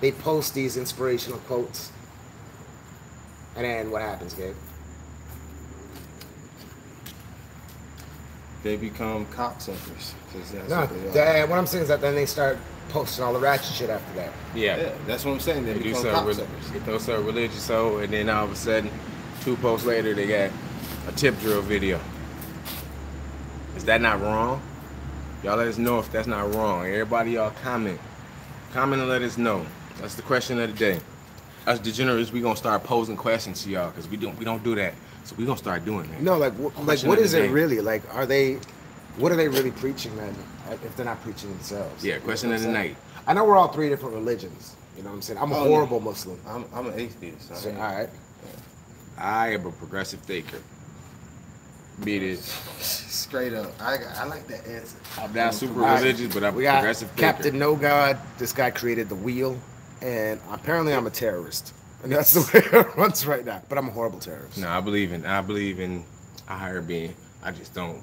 Speaker 1: they post these inspirational quotes. And then what happens, Gabe?
Speaker 3: They become cocksuckers. 'cause that's
Speaker 1: No,
Speaker 3: what they are.
Speaker 1: that, what I'm saying is that then they start posting all the ratchet shit after that.
Speaker 2: Yeah.
Speaker 3: Yeah, that's what I'm saying. They
Speaker 2: They do
Speaker 3: become
Speaker 2: something
Speaker 3: cocksuckers.
Speaker 2: really, they throw something religious so and then all of a sudden, two posts later they got a tip drill video. Is that not wrong? Y'all let us know if that's not wrong. Everybody y'all comment. Comment and let us know. That's the question of the day. Us degenerates, we gonna start posing questions to y'all because we don't we don't do that. So we gonna start doing that.
Speaker 1: No, like, wh- like,
Speaker 2: Question
Speaker 1: what
Speaker 2: of the
Speaker 1: is it
Speaker 2: day.
Speaker 1: really? Like, are they, what are they really preaching then? uh, If they're not preaching themselves.
Speaker 2: Yeah,
Speaker 1: You know
Speaker 2: question
Speaker 1: what
Speaker 2: of
Speaker 1: I'm
Speaker 2: the
Speaker 1: saying?
Speaker 2: night.
Speaker 1: I know we're all three different religions. You know what I'm saying? I'm a
Speaker 3: Oh, no.
Speaker 1: horrible Muslim.
Speaker 3: I'm, I'm an atheist. I
Speaker 1: So, all
Speaker 3: ain't-
Speaker 1: right,
Speaker 2: I am a progressive thinker. Be it is.
Speaker 3: Straight up. I, got- I like that answer.
Speaker 2: I'm not super
Speaker 1: All right.
Speaker 2: religious, but I'm
Speaker 1: we
Speaker 2: a
Speaker 1: got
Speaker 2: progressive thinker.
Speaker 1: Captain No God. This guy created the wheel, and apparently I'm a terrorist, and that's the way it runs right now. But I'm a horrible terrorist.
Speaker 2: No, I believe in I believe in a higher being. I just don't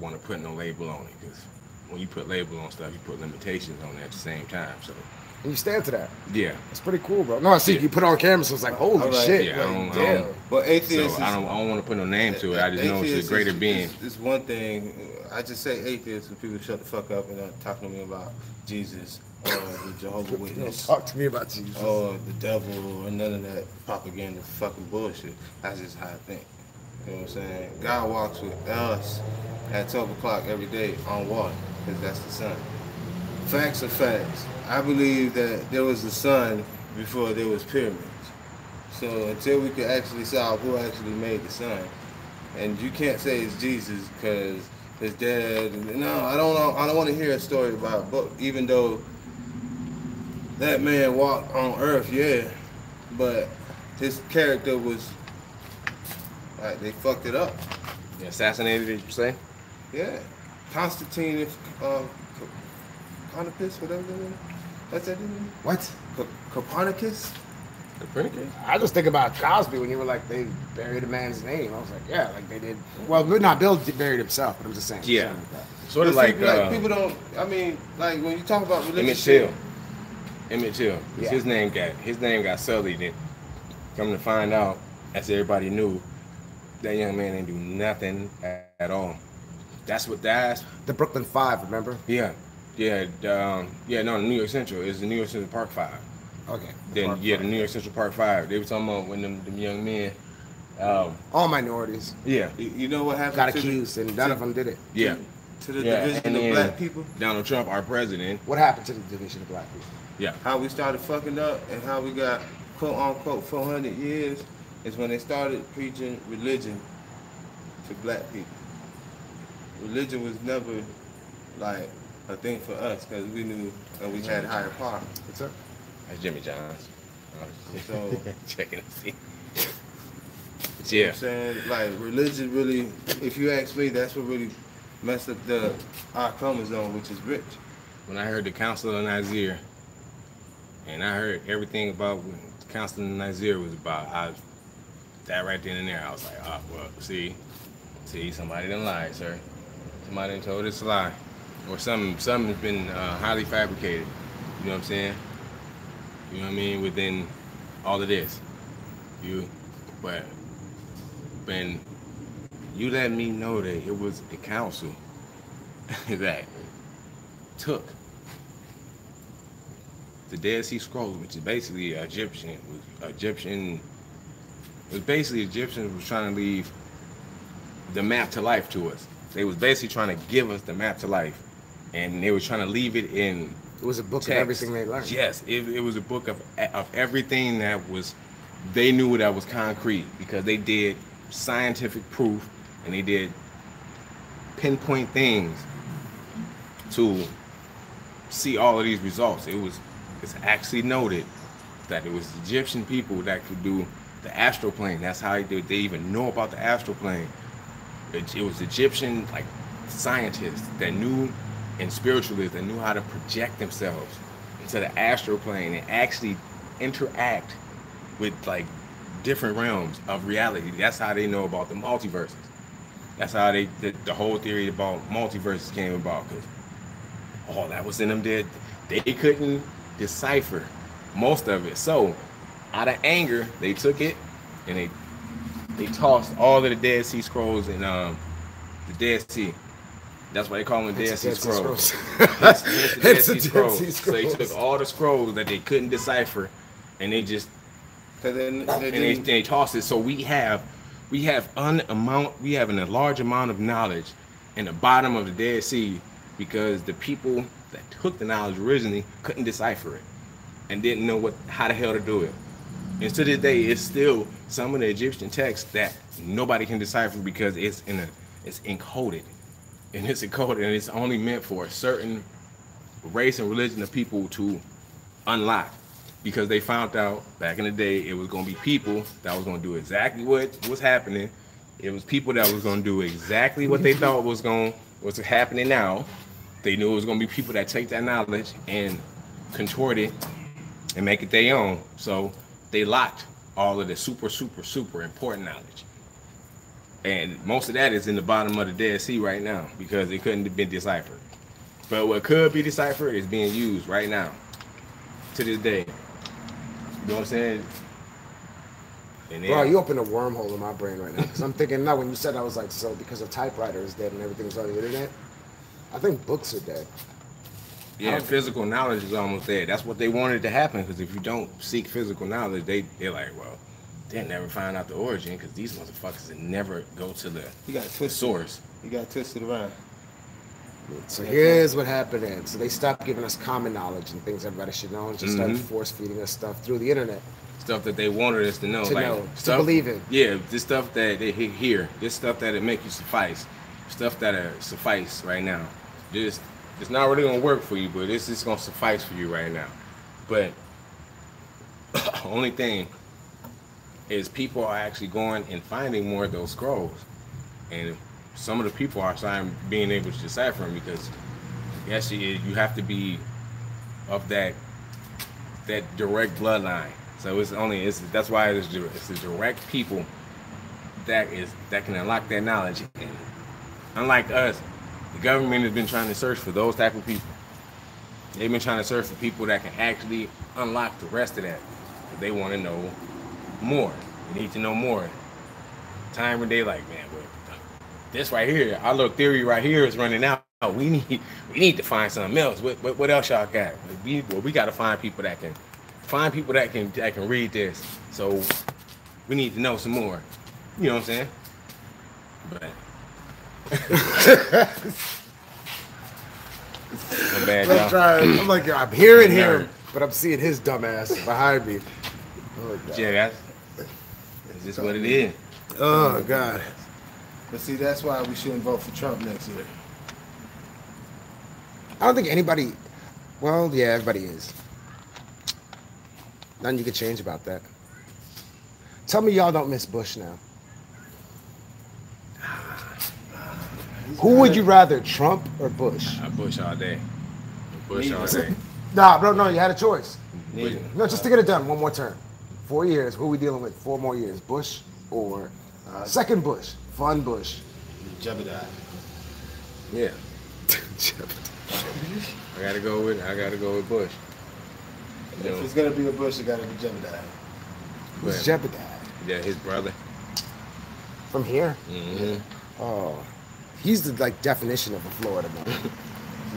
Speaker 2: want to put no label on it because when you put label on stuff, you put limitations on it at the same time. So
Speaker 1: And you stand to that.
Speaker 2: yeah,
Speaker 1: It's pretty cool, bro. No, I see
Speaker 2: Yeah.
Speaker 1: you put it on camera, so it's like, holy
Speaker 3: All right,
Speaker 1: shit.
Speaker 2: yeah, I don't, I
Speaker 1: damn.
Speaker 2: don't-
Speaker 3: Well,
Speaker 2: so
Speaker 3: atheist is.
Speaker 2: I don't I don't want to put no name to it. I just know it's
Speaker 3: atheist
Speaker 2: a greater
Speaker 3: is-
Speaker 2: being.
Speaker 3: is- is one thing. I just say atheist when people shut the fuck up and are talking to me about Jesus or the Jehovah
Speaker 1: You don't
Speaker 3: Witness
Speaker 1: talk to me about Jesus.
Speaker 2: Oh.
Speaker 3: or Oh, the devil or none of that propaganda fucking bullshit. That's just how I think. You know what I'm saying? God walks with us at 12 o'clock every day on water because that's the sun. Facts are facts. I believe that there was a sun before there was pyramids. So until we can actually solve who actually made the sun, and you can't say it's Jesus because his dad. No, I don't know. I don't want to hear a story about. But even though that man walked on Earth, yeah, but his character was like they fucked it up.
Speaker 2: You assassinated, did you say?
Speaker 3: Yeah, Constantine, if uh, Copernicus, whatever. That is. That's that name.
Speaker 1: What?
Speaker 3: Co- Copernicus.
Speaker 2: Copernicus?
Speaker 1: I just think about Cosby when you were like they buried a man's name. I was like, yeah, like they did. Well, not Bill buried himself, but I'm just saying.
Speaker 2: Yeah.
Speaker 1: something like
Speaker 2: Sort of
Speaker 3: But see,
Speaker 2: like, uh,
Speaker 3: people don't. I mean, like when you talk about
Speaker 2: Emmett
Speaker 3: religious
Speaker 2: Till.
Speaker 3: shit,
Speaker 2: Emmett Till. 'Cause
Speaker 1: Yeah.
Speaker 2: His name got his name got sullied. Then come to find out, as everybody knew, that young man didn't do nothing at, at all. That's what that's
Speaker 1: that. The Brooklyn Five, remember?
Speaker 2: yeah. Yeah, um, yeah, no, New York Central is the New York Central Park Five.
Speaker 1: Okay. the
Speaker 2: Then
Speaker 1: Park
Speaker 2: yeah,
Speaker 1: Five.
Speaker 2: the New York Central Park Five. They were talking about when them, them young men um,
Speaker 1: all minorities
Speaker 2: yeah,
Speaker 3: you, you know what happened
Speaker 1: got
Speaker 3: to
Speaker 1: accused, and none of them did it.
Speaker 2: yeah.
Speaker 3: the, to the
Speaker 2: yeah.
Speaker 3: division
Speaker 2: and
Speaker 3: of
Speaker 2: then
Speaker 3: black people?
Speaker 2: Donald Trump, our president.
Speaker 1: What happened to the division of black people?
Speaker 2: Yeah.
Speaker 3: How we started fucking up and how we got quote unquote 400 years is when they started preaching religion to black people. religion was never like a thing for us because we knew that we had higher power.
Speaker 1: What's up?
Speaker 2: That's Jimmy John's. I was
Speaker 3: So-
Speaker 2: checking to see. But
Speaker 3: You know
Speaker 2: yeah,
Speaker 3: what I'm saying like religion really, if you ask me, that's what really messed up the our chromosome, which is rich.
Speaker 2: when I heard the Council of Nicaea, and I heard everything about what the Council of Nicaea was about, I that right then and there, I was like, ah, well, see, see, somebody done lied, sir. Somebody done told us a lie, or something, something's been uh, highly fabricated. You know what I'm saying? You know what I mean? Within all of this, you, but when you let me know that it was the council that took the Dead Sea Scrolls, which is basically Egyptian, Egyptian, it was basically Egyptians was trying to leave the map to life to us. They was basically trying to give us the map to life, and they were trying to leave it in
Speaker 1: It was a book of
Speaker 2: text.
Speaker 1: everything they learned.
Speaker 2: Yes, it, it was a book of of everything that was they knew that was concrete because they did scientific proof and they did pinpoint things to see all of these results. It was it's actually noted that it was Egyptian people that could do the astral plane. That's how they, they even know about the astral plane. It, it was Egyptian like scientists that knew and spiritualists that knew how to project themselves into the astral plane and actually interact with like different realms of reality. That's how they know about the multiverses. That's how they the, the whole theory about multiverses came about because all that was in them dead they couldn't decipher most of it. So out of anger, they took it and they they tossed all of the Dead Sea Scrolls in um the Dead Sea. That's why they call them the Dead
Speaker 1: It's
Speaker 2: Sea
Speaker 1: Dead Sea
Speaker 2: Scrolls.
Speaker 1: Scrolls.
Speaker 2: It's- it's the Dead
Speaker 1: It's the
Speaker 2: Sea
Speaker 1: Dead
Speaker 2: Scrolls.
Speaker 1: Sea
Speaker 2: So they
Speaker 1: Scrolls.
Speaker 2: took all the scrolls that they couldn't decipher, and they just
Speaker 3: Cause then they
Speaker 2: and they,
Speaker 3: didn't-
Speaker 2: they tossed it. So we have we have an amount we have an large amount of knowledge in the bottom of the Dead Sea because the people that took the knowledge originally couldn't decipher it and didn't know what how the hell to do it. And to this day, it's still some of the Egyptian texts that nobody can decipher because it's in a it's encoded, and it's encoded, and it's only meant for a certain race and religion of people to unlock because they found out back in the day it was going to be people that was going to do exactly what was happening it was people that was going to do exactly what they thought was going was happening now they knew it was going to be people that take that knowledge and contort it and make it their own so they locked all of the super super super important knowledge and most of that is in the bottom of the dead sea right now because it couldn't have been deciphered but what could be deciphered is being used right now, to this day. You know what I'm saying? And then,
Speaker 1: Bro, you opened a wormhole in my brain right now. Because I'm thinking now, when you said, I was like, so because a typewriter is dead and everything's on the internet, I think books are dead.
Speaker 2: yeah, physical knowledge is almost there. That's what they wanted to happen because if you don't seek physical knowledge, they they're like, well, they'll never find out the origin because these motherfuckers will never go to the,
Speaker 3: you got
Speaker 2: the
Speaker 3: twisted.
Speaker 2: source.
Speaker 3: You got twisted around.
Speaker 1: So here's what happened then. So they stopped giving us common knowledge and things everybody should know and just started
Speaker 2: Mm-hmm.
Speaker 1: force feeding us stuff through the internet.
Speaker 2: Stuff that they wanted us to know,
Speaker 1: To
Speaker 2: Oh, like
Speaker 1: know, to
Speaker 2: stuff,
Speaker 1: believe in.
Speaker 2: Yeah, this stuff that they he- hear, this stuff that'll make you suffice, stuff that'll suffice right now. This it's not really gonna work for you, but it's just gonna suffice for you right now. But only thing is people are actually going and finding more of those scrolls, and some of the people are starting being able to decipher them because yes, you you have to be of that that direct bloodline. So it's only it's that's why it's dir- it's the direct people that is that can unlock that knowledge. And unlike us, the government has been trying to search for those type of people. They've been trying to search for people that can actually unlock the rest of that. But they want to know more. They need to know more. Time and day, like man, but this right here, our little theory right here is running out. We need we need to find something else. What what, what else y'all got? We well, we got to find people that can find people that can that can read this. So we need to know some more. You know what I'm saying? But I'm bad,
Speaker 1: I'm
Speaker 2: y'all.
Speaker 1: trying. I'm like, I'm hearing
Speaker 2: Nerd.
Speaker 1: him, but I'm seeing his dumb ass behind me. Oh, God.
Speaker 2: Yeah, that's, that's just what it is.
Speaker 1: Oh, God.
Speaker 3: But see, that's why we shouldn't vote for Trump next year.
Speaker 1: I don't think anybody. Well, yeah, everybody is. Nothing you can change about that. Tell me y'all don't miss Bush now. Ah, Who would you rather, Trump or Bush?
Speaker 2: I bush all day. Bush all day.
Speaker 1: Nah, bro, no, you had a choice.
Speaker 2: Bush-
Speaker 1: No, just to get it done, one more term. Four years. Who we dealing with? Four more years. Bush or uh, second Bush? Fun Bush.
Speaker 3: Jeopardize.
Speaker 2: Yeah. I gotta go with I gotta go with Bush. You
Speaker 3: If
Speaker 2: know,
Speaker 3: it's gonna be a Bush, it gotta be Jeopardize.
Speaker 1: Who's
Speaker 2: but-
Speaker 1: Jebediah?
Speaker 2: yeah, his brother.
Speaker 1: From here?
Speaker 2: Mm-hmm.
Speaker 1: Oh, he's the like definition of a Florida man.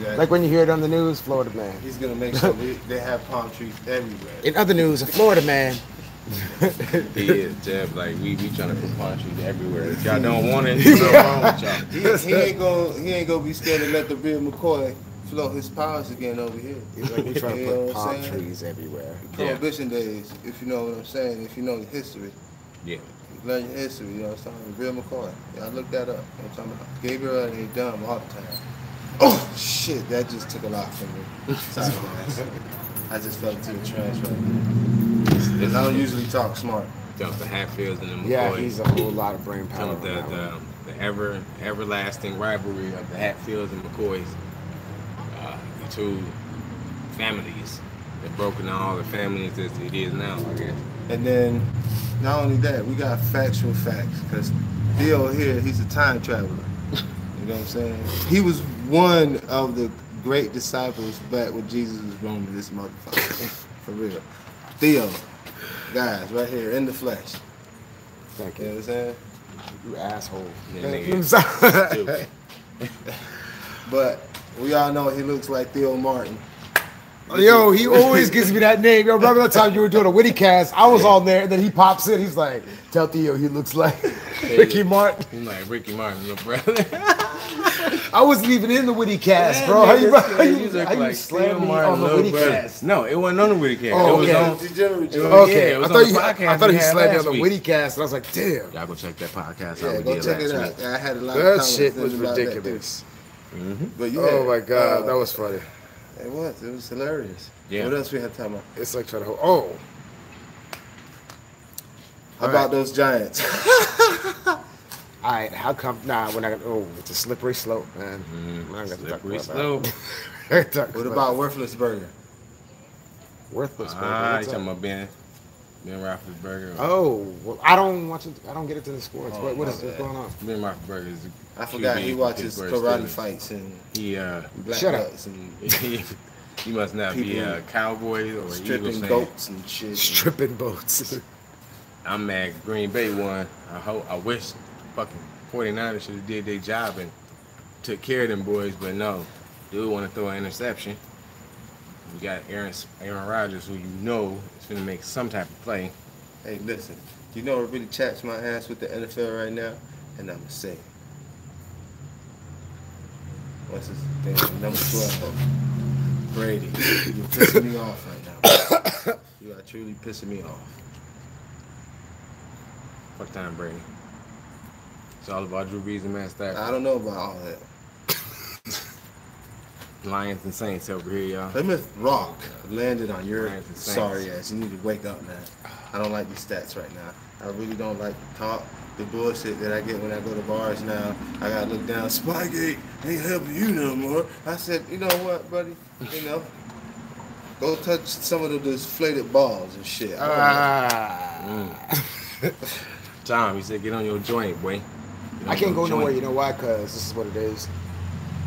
Speaker 3: Yeah.
Speaker 1: like when you hear it on the news, Florida man.
Speaker 3: He's gonna make sure we, they have palm trees everywhere.
Speaker 1: In other news, a Florida man.
Speaker 2: He is Jeb. Like we we trying to put palm trees everywhere. If y'all don't want it, what's wrong with y'all?
Speaker 3: He, he ain't gonna he ain't gonna be scared to let the real McCoy float his powers again over here.
Speaker 1: He's like, we trying to
Speaker 3: You
Speaker 1: put
Speaker 3: know what I'm
Speaker 1: palm
Speaker 3: saying?
Speaker 1: trees everywhere.
Speaker 3: Prohibition days, if you know what I'm saying, if you know the history.
Speaker 2: Yeah.
Speaker 3: Learn your history, you know what I'm saying? Real McCoy. Yeah, I looked that up. You know what I'm talking about? Gabriel ain't dumb all the time. Oh shit, that just took a lot from me. Sorry guys. I just fell into the trash right there.
Speaker 2: This
Speaker 3: 'Cause I don't
Speaker 2: is
Speaker 3: usually talk smart.
Speaker 2: the Hatfields and the
Speaker 1: Yeah,
Speaker 2: McCoys.
Speaker 1: he's a whole lot of brain
Speaker 2: Some
Speaker 1: power.
Speaker 2: of
Speaker 1: on
Speaker 2: the,
Speaker 1: that one.
Speaker 2: the, the ever everlasting rivalry of the Hatfields and McCoys, uh, the two families that broken down all the families as it is now, I guess.
Speaker 3: And then, not only that, we got factual facts because Bill here, he's a time traveler. You know what I'm saying? He was one of the great disciples back when Jesus was roaming this motherfucker. For real. Theo, guys, right here in the flesh.
Speaker 1: Thank
Speaker 3: You know what
Speaker 1: you.
Speaker 3: I'm saying?
Speaker 1: You asshole.
Speaker 2: Yeah, nigga,
Speaker 1: Sorry.
Speaker 2: stupid.
Speaker 3: But we all know he looks like Theo Martin.
Speaker 1: Yo, he always gives me that name. Yo, remember that time you were doing a witty cast? I was on there, and then he pops in. He's like, "Tell Theo he looks like Ricky Martin."
Speaker 2: He's like Ricky Martin, your brother.
Speaker 1: I wasn't even in the witty cast, bro. How you, how you, how you slam me on the witty cast?
Speaker 2: No, it wasn't on the witty cast.
Speaker 1: Oh,
Speaker 2: it was
Speaker 1: okay.
Speaker 2: on.
Speaker 3: Degenerate.
Speaker 2: It was-
Speaker 1: Okay,
Speaker 2: yeah, it
Speaker 1: I
Speaker 2: was on
Speaker 1: thought
Speaker 2: the
Speaker 1: you,
Speaker 2: podcast
Speaker 1: I thought
Speaker 2: we
Speaker 1: you
Speaker 2: had
Speaker 1: slammed me on
Speaker 2: last
Speaker 1: the
Speaker 2: week.
Speaker 1: witty cast, and I was like, "Damn,
Speaker 2: Y'all go check that podcast out
Speaker 3: Yeah,
Speaker 2: we
Speaker 3: go
Speaker 2: did
Speaker 3: check it
Speaker 2: last
Speaker 3: out.
Speaker 2: week.
Speaker 3: I had a lot of
Speaker 1: that
Speaker 3: comments
Speaker 1: shit
Speaker 3: in
Speaker 1: was
Speaker 3: about that, too.
Speaker 1: ridiculous."
Speaker 3: But yeah,
Speaker 1: Oh my god,
Speaker 3: uh,
Speaker 1: that was funny.
Speaker 3: It was. It was hilarious.
Speaker 2: Yeah.
Speaker 3: What else we had to talk about?
Speaker 1: It's like trying to hold. Oh,
Speaker 3: How
Speaker 1: All
Speaker 3: about
Speaker 1: right.
Speaker 3: those Giants?
Speaker 1: all right. How come? Nah, we're not gonna. Oh, it's a slippery slope, man. I'm not gonna talk
Speaker 2: Mm-hmm. Slippery
Speaker 1: about that.
Speaker 2: slope.
Speaker 1: Talk
Speaker 3: what about Worthless Burger?
Speaker 1: worthless? baby.
Speaker 2: Ah, you
Speaker 1: What's up?
Speaker 2: talking about Ben? Ben Roethlisberger.
Speaker 1: Oh, well, I don't watch it. I don't get it to the scores.
Speaker 3: Oh,
Speaker 1: what what
Speaker 3: my
Speaker 1: is what's
Speaker 3: bad.
Speaker 1: going on?
Speaker 2: Ben Roethlisberger is. a
Speaker 3: I forgot
Speaker 2: QB
Speaker 3: he
Speaker 2: for
Speaker 3: watches
Speaker 2: Pittsburgh
Speaker 3: karate
Speaker 2: Steelers.
Speaker 3: fights and
Speaker 2: He uh,
Speaker 3: black
Speaker 1: Shut up.
Speaker 3: belts and
Speaker 2: he, he must not be
Speaker 3: People
Speaker 2: a cowboy or Eagles
Speaker 3: stripping
Speaker 2: fan.
Speaker 3: goats and shit.
Speaker 1: Stripping boats.
Speaker 2: I'm mad Green Bay won. I hope I wish fucking 49ers should have did their job and took care of them boys, but no. Dude want to throw an interception. You got Aaron Aaron Rodgers, who you know is going to make some type of play.
Speaker 3: Hey, listen. You know what really chaps my ass with the NFL right now? And I'm gonna say. it. What's his thing? Number 12. Brady. You're pissing me off right now. You are truly pissing me off.
Speaker 2: Fuck time, Brady. It's all about Drew Brees and Matt Stafford.
Speaker 3: I don't know about all that.
Speaker 2: Lions and Saints over here, y'all.
Speaker 3: Plymouth Rock landed on your
Speaker 2: Lions and Saints.
Speaker 3: sorry ass. You need to wake up, man. I don't like these stats right now. I really don't like the talk, the bullshit that I get when I go to bars now. I gotta look down. Spygate ain't helping you no more. I said, you know what, buddy? You know, go touch some of the deflated balls and shit. I don't know.
Speaker 1: Ah.
Speaker 2: Tom, he said, get on your joint, boy. Get on
Speaker 1: I can't go
Speaker 2: your
Speaker 1: nowhere. You
Speaker 2: joint.
Speaker 1: know why? Because this is what it is.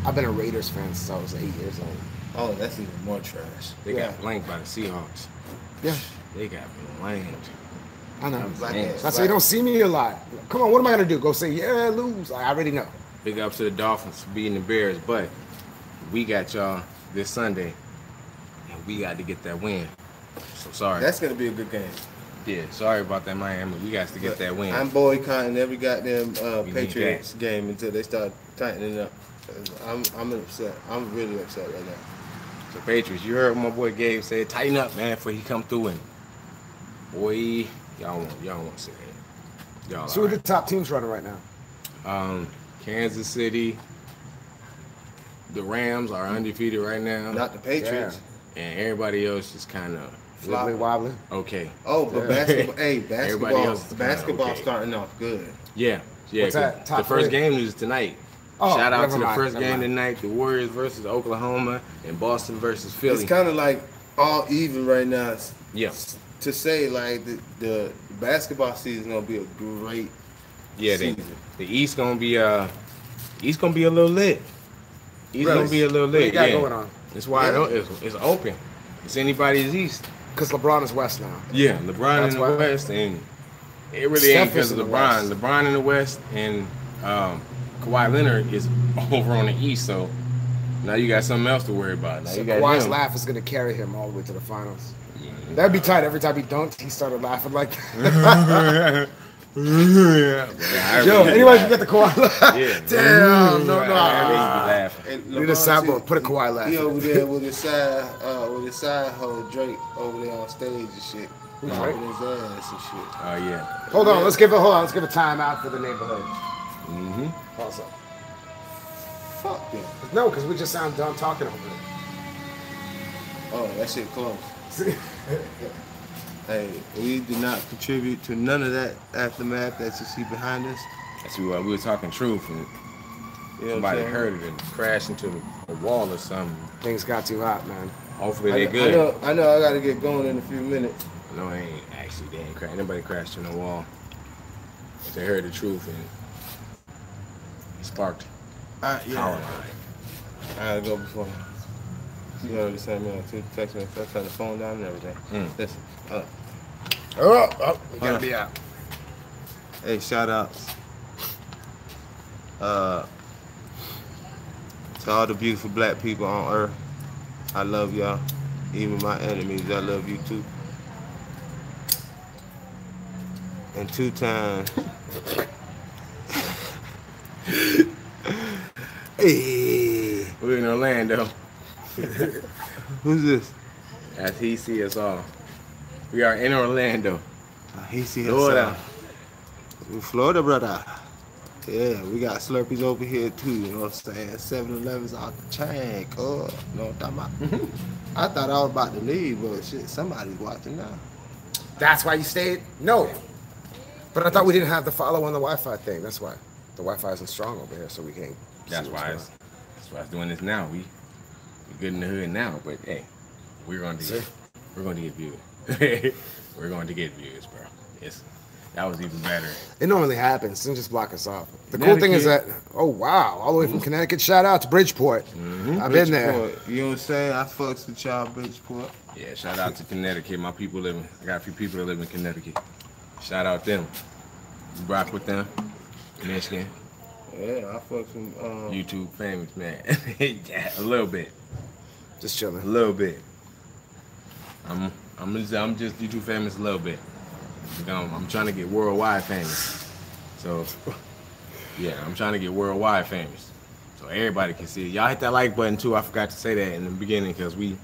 Speaker 1: I've been a Raiders fan since I was eight years old.
Speaker 3: oh, that's even more trash.
Speaker 2: They
Speaker 1: Yeah.
Speaker 2: got blanked by the Seahawks.
Speaker 1: Yeah,
Speaker 2: They got blanked.
Speaker 1: I know.
Speaker 3: Black
Speaker 2: Man.
Speaker 3: ass.
Speaker 1: That's why you don't see me a lot. Come on, what am I gonna do? Go say yeah, lose? I already know.
Speaker 2: Big ups to the Dolphins for beating the Bears, but we got y'all this Sunday, and we got to get that win. So sorry.
Speaker 3: That's gonna be a good game.
Speaker 2: yeah, sorry about that, Miami. We got to get that win.
Speaker 3: I'm boycotting every goddamn uh,
Speaker 2: We need
Speaker 3: Patriots game until they start tightening up. Uh, I'm I'm upset. I'm really upset right now.
Speaker 2: so Patriots, you heard what my boy Gabe said. Tighten up, man, before he come through and boy, y'all won't y'all won't see that. Y'all
Speaker 1: So
Speaker 2: all
Speaker 1: who the
Speaker 2: right.
Speaker 1: top teams running right now?
Speaker 2: Um, Kansas City. The Rams are undefeated right
Speaker 1: Uh,
Speaker 2: now,
Speaker 3: Not the Patriots.
Speaker 2: and everybody else is kind of
Speaker 1: Wobbly wobbly.
Speaker 2: okay.
Speaker 3: Oh, but
Speaker 1: Yeah.
Speaker 3: basketball. hey,
Speaker 2: Everybody
Speaker 3: basketball.
Speaker 2: else is kinda
Speaker 3: Basketball
Speaker 2: okay.
Speaker 3: starting off good.
Speaker 2: Yeah, yeah.
Speaker 1: What's
Speaker 2: 'cause
Speaker 1: that? Top
Speaker 2: the first
Speaker 1: three?
Speaker 2: game is tonight.
Speaker 1: Oh,
Speaker 2: Shout out
Speaker 1: never
Speaker 2: to the
Speaker 1: mind,
Speaker 2: first
Speaker 1: never
Speaker 2: game
Speaker 1: mind.
Speaker 2: tonight: the Warriors versus Oklahoma and Boston versus Philly.
Speaker 3: It's kind of like all even right now. S-
Speaker 2: yeah,
Speaker 3: To say like the, the basketball season gonna be a great.
Speaker 2: yeah. The,
Speaker 3: Season.
Speaker 2: the East gonna be uh, East gonna be a little lit. East
Speaker 3: Really?
Speaker 2: gonna be a little
Speaker 1: What they
Speaker 2: lit.
Speaker 1: got
Speaker 2: yeah.
Speaker 1: going on?
Speaker 2: It's wide
Speaker 3: Yeah.
Speaker 2: open. It's, it's open. It's anybody's East.
Speaker 1: Because LeBron is West now.
Speaker 2: Yeah, LeBron
Speaker 1: That's
Speaker 2: in the
Speaker 1: why-
Speaker 2: West, and it really
Speaker 1: Steph
Speaker 2: ain't because
Speaker 1: is
Speaker 2: of
Speaker 1: in the
Speaker 2: LeBron.
Speaker 1: West.
Speaker 2: LeBron in the West, and um, Kawhi Leonard is over on the East. So now you got something else to worry about. Now
Speaker 1: So
Speaker 2: you got
Speaker 1: Kawhi's
Speaker 2: him.
Speaker 1: laugh is going to carry him all the way to the finals.
Speaker 2: Yeah.
Speaker 1: That'd be tight. Every time he dunked, he started laughing like that.
Speaker 2: yeah,
Speaker 1: Yo, anyway, you got the Kawhi laugh.
Speaker 2: Yeah.
Speaker 1: Damn, no, no.
Speaker 3: And
Speaker 1: Need a
Speaker 3: LeBron,
Speaker 1: sideboard,
Speaker 3: too,
Speaker 1: put a Kawhi laugh
Speaker 3: He
Speaker 1: in
Speaker 3: over there with his side, uh, with his side hoe Drake over there on stage and shit,
Speaker 1: Drake?
Speaker 3: popping his ass and shit.
Speaker 2: Oh yeah.
Speaker 1: Hold on, let's give a hold on, let's give a timeout for the neighborhood.
Speaker 2: Mm-hmm.
Speaker 1: Pause up.
Speaker 3: Fuck them.
Speaker 1: No, because we just sound dumb talking over it.
Speaker 3: Oh, that shit close.
Speaker 1: See?
Speaker 3: Hey, we did not contribute to none of that aftermath that you see behind us.
Speaker 2: That's what we were- we were talking truth, and
Speaker 3: You know what I'm
Speaker 2: somebody
Speaker 3: saying?
Speaker 2: heard it and crashed into a wall or something.
Speaker 1: Things got too hot, man.
Speaker 2: Hopefully
Speaker 3: I,
Speaker 2: they
Speaker 3: I
Speaker 2: good.
Speaker 3: know, I know I gotta get going in a few minutes.
Speaker 2: No, they ain't actually. They ain't crash. Nobody crashed in the wall. But they heard the truth and sparked
Speaker 3: I, yeah.
Speaker 2: power line.
Speaker 3: I gotta go before. You know what I'm saying, man? Two text me, I turn the phone down and everything.
Speaker 2: Mm.
Speaker 3: Listen, uh,
Speaker 1: Oh, oh we
Speaker 3: Hold
Speaker 1: gotta
Speaker 3: on.
Speaker 1: be out.
Speaker 3: hey, shout outs. Uh, to all the beautiful black people on earth, I love y'all. Even my enemies, I love you too. And two times.
Speaker 1: Hey.
Speaker 2: We're in Orlando.
Speaker 3: Who's this?
Speaker 2: As he see us all. We are in Orlando.
Speaker 3: Uh, he see
Speaker 2: Florida.
Speaker 3: Florida. uh, Florida, brother. Yeah, we got Slurpees over here too, you know what I'm saying? 7 Elevens out the chain, oh, you know what I'm talking about? I thought I was about to leave, but shit, somebody's watching now.
Speaker 1: That's why you stayed? No. But I thought we didn't have the follow on the Wi Fi thing. That's why. The Wi Fi isn't strong over here, so we can't. see
Speaker 2: That's
Speaker 1: what's
Speaker 2: why
Speaker 1: going
Speaker 2: it's,
Speaker 1: on.
Speaker 2: that's why it's doing this now. We we good in the hood now, but hey, we're going to get,
Speaker 1: See?
Speaker 2: we're going to get viewed. we're going to get views, bro. Yes, that was even better.
Speaker 1: It normally happens. They just block us off. The cool
Speaker 2: Connecticut.
Speaker 1: thing is that, oh, wow, all the way from Connecticut. Shout out to Bridgeport. I've been there.
Speaker 3: Bridgeport, You know what I'm saying? I fucks with y'all, Bridgeport.
Speaker 2: Yeah, shout out to Connecticut. My people living. I got a few people that live in Connecticut. Shout out them. Rock with them. Michigan,
Speaker 3: Yeah, I fucks with, um,
Speaker 2: YouTube famous man. yeah, a little bit.
Speaker 1: Just
Speaker 2: A
Speaker 1: chilling.
Speaker 2: little bit. I'm I'm just I'm just YouTube famous a little bit. You know, I'm trying to get worldwide famous. So yeah, I'm trying to get worldwide famous. So everybody can see it. Y'all hit that like button too. I forgot to say that in the beginning because we